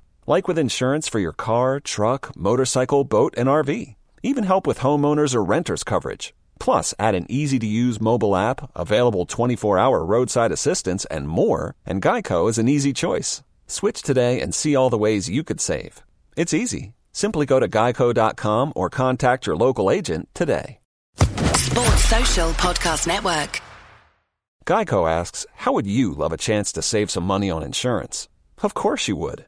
L: Like with insurance for your car, truck, motorcycle, boat, and RV. Even help with homeowners or renters coverage. Plus, add an easy to use mobile app, available 24 hour roadside assistance, and more, and Geico is an easy choice. Switch today and see all the ways you could save. It's easy. Simply go to geico.com or contact your local agent today.
B: Sports Social Podcast Network.
L: Geico asks, How would you love a chance to save some money on insurance? Of course you would.